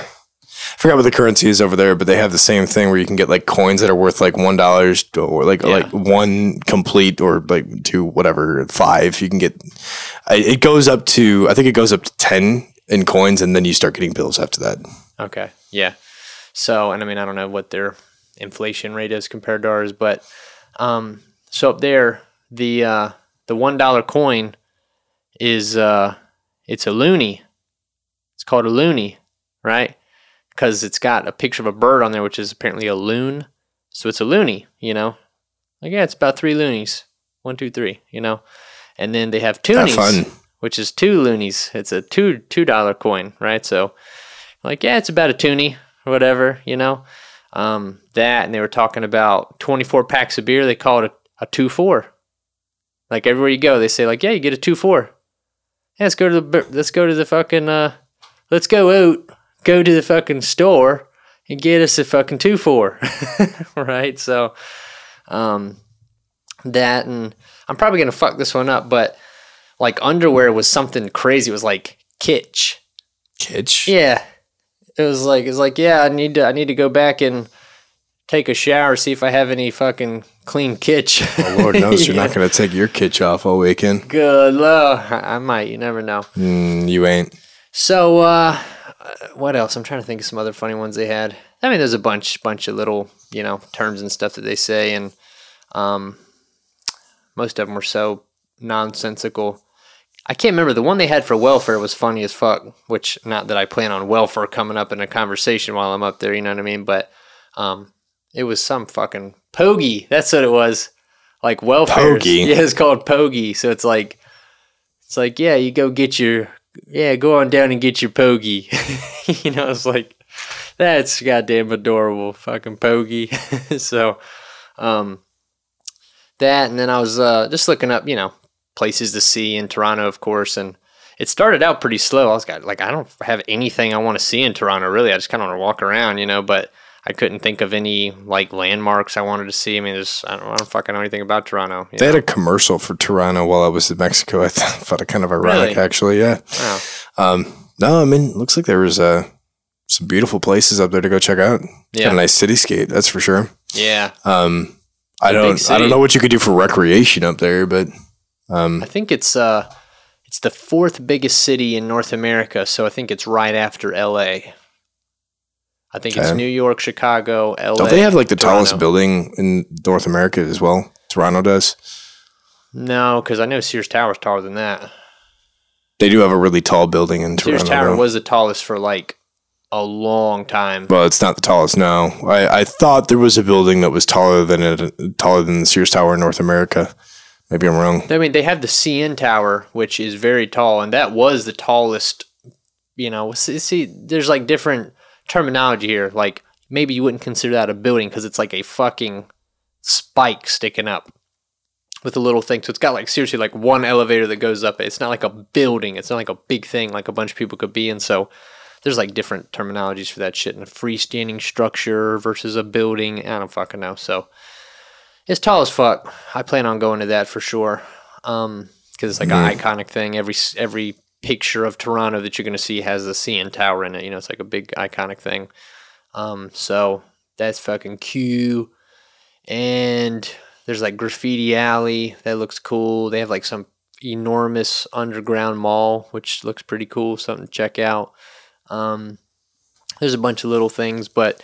B: forgot what the currency is over there, but they have the same thing where you can get like coins that are worth like one dollars or like
A: Yeah.
B: like one complete or like two whatever five. You can get I- it goes up to I think it goes up to ten in coins, and then you start getting bills after that.
A: Okay. Yeah. So, and I mean, I don't know what their inflation rate is compared to ours, but um, so up there, the uh, the one dollar coin is uh, it's a loony. It's called a loony, right? Because it's got a picture of a bird on there, which is apparently a loon. So it's a loony, you know. Like yeah, it's about three loonies. One, two, three, you know. And then they have
B: Have
A: toonies,
B: fun.
A: which is two loonies. It's a two two dollar coin, right? So like yeah it's about a toonie or whatever you know um, that and they were talking about 24 packs of beer they call it a, a 2-4 like everywhere you go they say like yeah you get a 2-4 yeah, let's go to the bur- let's go to the fucking uh, let's go out go to the fucking store and get us a fucking 2-4 right so um, that and i'm probably gonna fuck this one up but like underwear was something crazy it was like kitsch
B: Kitsch.
A: yeah. It was like it's like, yeah, I need to I need to go back and take a shower, see if I have any fucking clean kitsch.
B: Oh, Lord knows you're not going to take your kitsch off all weekend.
A: Good lord. I I might, you never know.
B: Mm, you ain't.
A: So uh what else? I'm trying to think of some other funny ones they had. I mean there's a bunch bunch of little, you know, terms and stuff that they say and um most of them were so nonsensical. I can't remember the one they had for welfare was funny as fuck, which not that I plan on welfare coming up in a conversation while I'm up there, you know what I mean, but um it was some fucking pogie. That's what it was. Like welfare.
B: Pogie.
A: Yeah, it's called pogie. So it's like it's like, yeah, you go get your yeah, go on down and get your pogie. you know, it's like that's goddamn adorable, fucking pogie. so, um, that and then I was uh, just looking up, you know, places to see in Toronto, of course, and it started out pretty slow. I was got like, I don't have anything I want to see in Toronto, really. I just kind of want to walk around, you know, but. I couldn't think of any like landmarks I wanted to see. I mean, there's I don't, I don't fucking know anything about Toronto. you
B: They had a commercial for Toronto while I was in Mexico. I th- thought it kind of
A: Really?
B: ironic, actually. Yeah.
A: Wow.
B: Um, no, I mean, looks like there was uh, some beautiful places up there to go check out.
A: Yeah.
B: Got a nice cityscape, that's for sure.
A: Yeah,
B: Um, I
A: Big
B: don't, I
A: city.
B: don't know what you could do for recreation up there, but um,
A: I think it's uh, it's the fourth biggest city in North America, so I think it's right after L.A. I think it's
B: Okay.
A: New York, Chicago, L.A.
B: don't they have like the tallest
A: Toronto.
B: building in North America as well? Toronto does.
A: No, because I know Sears Tower is taller than that.
B: They do have a really tall building in Toronto.
A: Sears Tower
B: though.
A: was the tallest for like a long time.
B: Well, it's not the tallest. No, I, I thought there was a building that was taller than it, taller than the Sears Tower in North America. Maybe I'm wrong.
A: I mean, they have the CN Tower, which is very tall, and that was the tallest. You know, see, see there's like different terminology here. Like maybe you wouldn't consider that a building because it's like a fucking spike sticking up with a little thing. So it's got like seriously like one elevator that goes up. It's not like a building. It's not like a big thing like a bunch of people could be in. So there's like different terminologies for that shit. And a freestanding structure versus a building. I don't fucking know. So it's tall as fuck. I plan on going to that for sure. Um, because it's like an iconic thing. Every s- every picture of Toronto that you're gonna see has the CN Tower in it. You know, it's like a big iconic thing. Um, so that's fucking cute. And there's like graffiti alley that looks cool. They have like some enormous underground mall which looks pretty cool. Something to check out. Um, there's a bunch of little things, but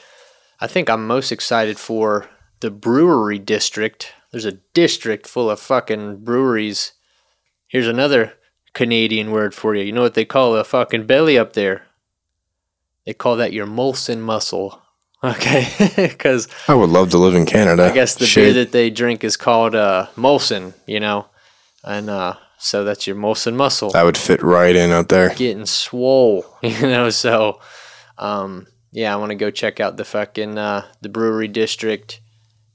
A: I think I'm most excited for the brewery district. There's a district full of fucking breweries. Here's another Canadian word for you. You know what they call a fucking belly up there? They call that your Molson muscle. Okay, because
B: I would love to live in Canada.
A: I guess the beer
B: Shit.
A: that they drink is called uh, Molson, you know, and uh, so that's your Molson muscle
B: I would fit right in out there.
A: getting swole, you know. So, um, yeah, I want to go check out the fucking uh, the brewery district.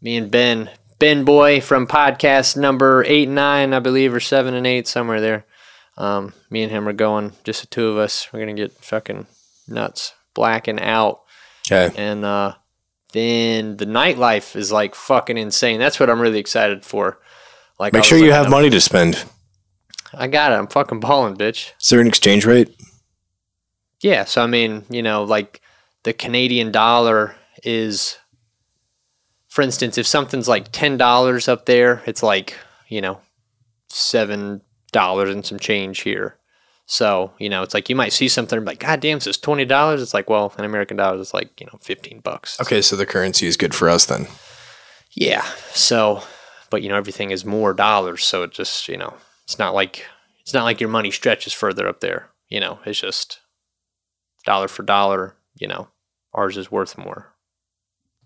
A: Me and Ben Ben Boy from podcast number eight and nine, I believe, or seven and eight, somewhere there. Um, me and him are going, just the two of us. We're going to get fucking nuts, blacking out.
B: Okay.
A: And uh, then the nightlife is like fucking insane. That's what I'm really excited for. Like, I
B: Make
A: was
B: sure you
A: looking
B: have
A: up-
B: money to spend.
A: I got it. I'm fucking balling, bitch.
B: Is there an exchange rate?
A: Yeah, so I mean, you know, like the Canadian dollar is, for instance, if something's like ten dollars up there, it's like you know, seven dollars and some change here. So you know, it's like you might see something like, God damn, this is twenty dollars. It's like, well, in American dollars, it's like you know, fifteen bucks.
B: Okay, so the currency is good for us then.
A: Yeah. So, but you know, everything is more dollars, so it just you know, it's not like it's not like your money stretches further up there. You know, it's just dollar for dollar. You know, ours is worth more.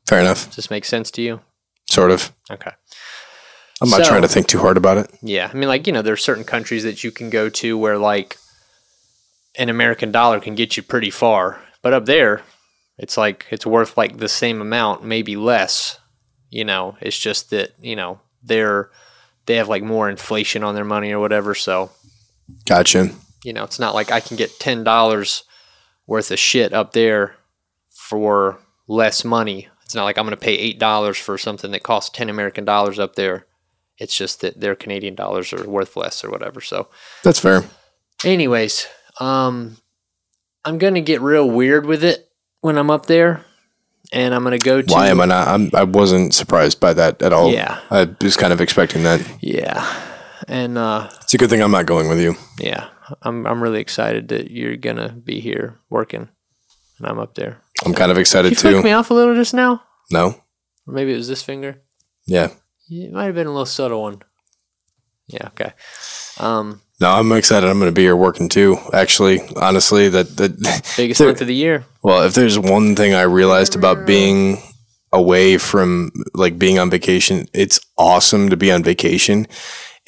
B: Fair enough.
A: Does this make sense to you?
B: Sort of.
A: Okay.
B: I'm not
A: So-
B: trying to think too hard about it.
A: Yeah. I mean, like you know, there's certain countries that you can go to where like an American dollar can get you pretty far, but up there, it's like it's worth like the same amount, maybe less. You know, it's just that you know they're they have like more inflation on their money or whatever. So
B: Gotcha.
A: you know, it's not like I can get ten dollars worth of shit up there for less money. It's not like I'm going to pay eight dollars for something that costs ten American dollars up there. It's just that their Canadian dollars are worth less or whatever. So
B: That's fair.
A: Anyways, um, I'm gonna get real weird with it when I'm up there, and I'm gonna go to.
B: Why am I not? I'm, I wasn't surprised by that at all.
A: Yeah.
B: I was kind of expecting that.
A: Yeah, and uh,
B: It's a good thing I'm not going with you.
A: yeah, I'm I'm really excited that you're gonna be here working, and I'm up there.
B: I'm kind of
A: Did you
B: excited
A: fuck
B: too.
A: me off a little just now,
B: No?
A: or maybe it was this finger.
B: Yeah.
A: It might have been a little subtle one. Yeah. Okay. Um,
B: No, I'm excited. I'm going to be here working too. Actually, honestly, that that
A: biggest
B: There-
A: month of the year.
B: well, if there's one thing I realized about being away from like being on vacation, it's awesome to be on vacation.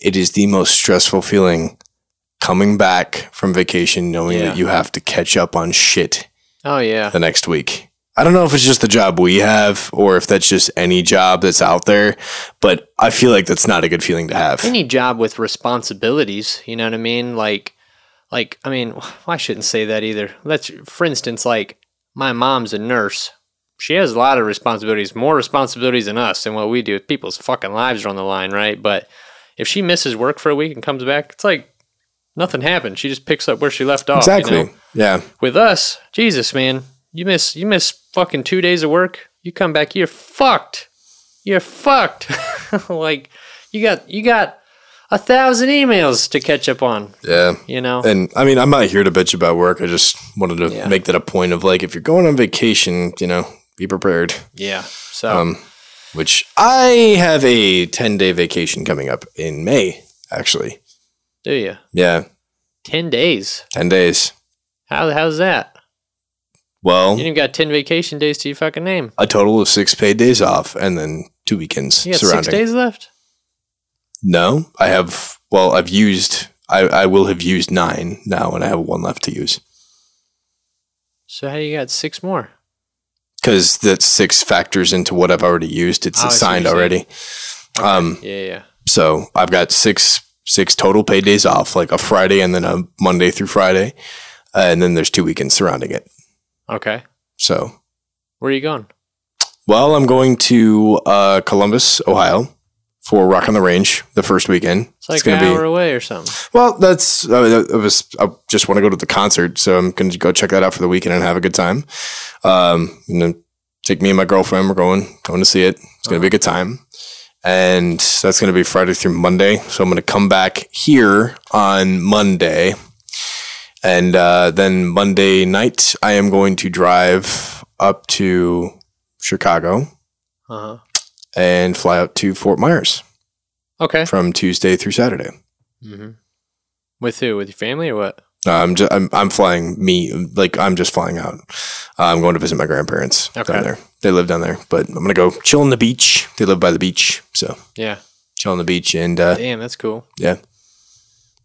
B: It is the most stressful feeling coming back from vacation knowing
A: Yeah.
B: that you have to catch up on shit
A: Oh yeah.
B: the next week. I don't know if it's just the job we have or if that's just any job that's out there, but I feel like that's not a good feeling to have.
A: any job with responsibilities you know what i mean like like i mean i shouldn't say that either let's for instance like my mom's a nurse she has a lot of responsibilities more responsibilities than us and what we do people's fucking lives are on the line right but if she misses work for a week and comes back it's like nothing happened she just picks up where she left off Oh, you
B: Exactly.
A: know?
B: Yeah.
A: with us jesus man you miss you miss fucking two days of work you come back you're fucked you're fucked like you got you got a thousand emails to catch up on
B: Yeah.
A: you know
B: And I mean, I'm not here to bitch about work. I just wanted to
A: Yeah.
B: make that a point of like, if you're going on vacation, you know, be prepared.
A: yeah so
B: Um, which I have a 10 day vacation coming up in May, actually.
A: do you
B: Yeah,
A: 10 days
B: 10 days.
A: how how's that
B: Well,
A: you didn't got 10 vacation days to your fucking name
B: a total of six paid days off and then two weekends
A: you got
B: surrounding.
A: six days left
B: No, I have, well, I've used, I, I will have used nine now and I have one left to use
A: so how you got six more
B: because that six factors into what I've already used. It's
A: Oh, I see what
B: assigned
A: you're saying.
B: already. Um,
A: yeah yeah
B: So I've got six six total paid days off, like a Friday and then a Monday through Friday, uh, and then there's two weekends surrounding it.
A: okay
B: So,
A: where are you going
B: well, I'm going to uh, Columbus, Ohio, for Rock on the Range the first weekend.
A: it's like an
B: be
A: hour away or something
B: well. That's uh, that was I just want to go to the concert, so I'm going to go check that out for the weekend and have a good time. Um, and then take me and my girlfriend. We're going going to see it. It's going to be a good time. And that's going to be Friday through Monday. So I'm going to come back here on Monday. And uh, then Monday night, I am going to drive up to Chicago
A: uh-huh
B: and fly out to Fort Myers
A: okay
B: from Tuesday through Saturday.
A: hmm with who with your family or what
B: No, I'm just I'm, I'm flying me like I'm just flying out. Uh, I'm going to visit my grandparents
A: Okay.
B: down there. They live down there, but I'm gonna go chill on the beach. They live by the beach, so
A: yeah
B: chill on the beach, and uh,
A: damn that's cool
B: yeah,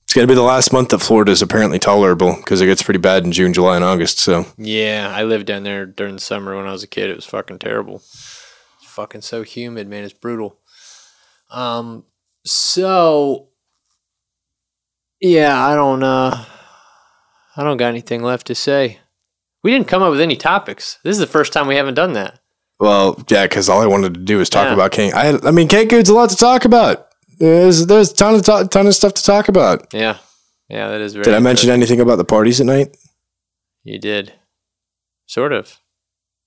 B: it's gonna be the last month that Florida is apparently tolerable because it gets pretty bad in June, July, and August. So
A: Yeah, I lived down there during the summer when I was a kid. It was fucking terrible. It's fucking so humid, man. It's brutal. Um, so yeah, I don't uh I don't got anything left to say. We didn't come up with any topics. This is the first time we haven't done that.
B: Well, yeah, because all I wanted to do was talk
A: Yeah.
B: about King. I, I mean, Cancun's a lot to talk about. There's there's ton of to- ton of stuff to talk about.
A: Yeah. Yeah, that is very
B: Did I
A: impressive.
B: mention anything about the parties at night?
A: You did. Sort of.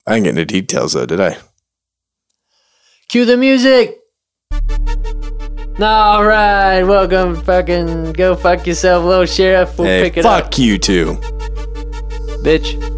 B: I didn't get into details though, did I?
A: Cue the music. All right, welcome, fucking go fuck yourself, little sheriff. We'll
B: hey,
A: pick it
B: fuck
A: up,
B: you too.
A: bitch.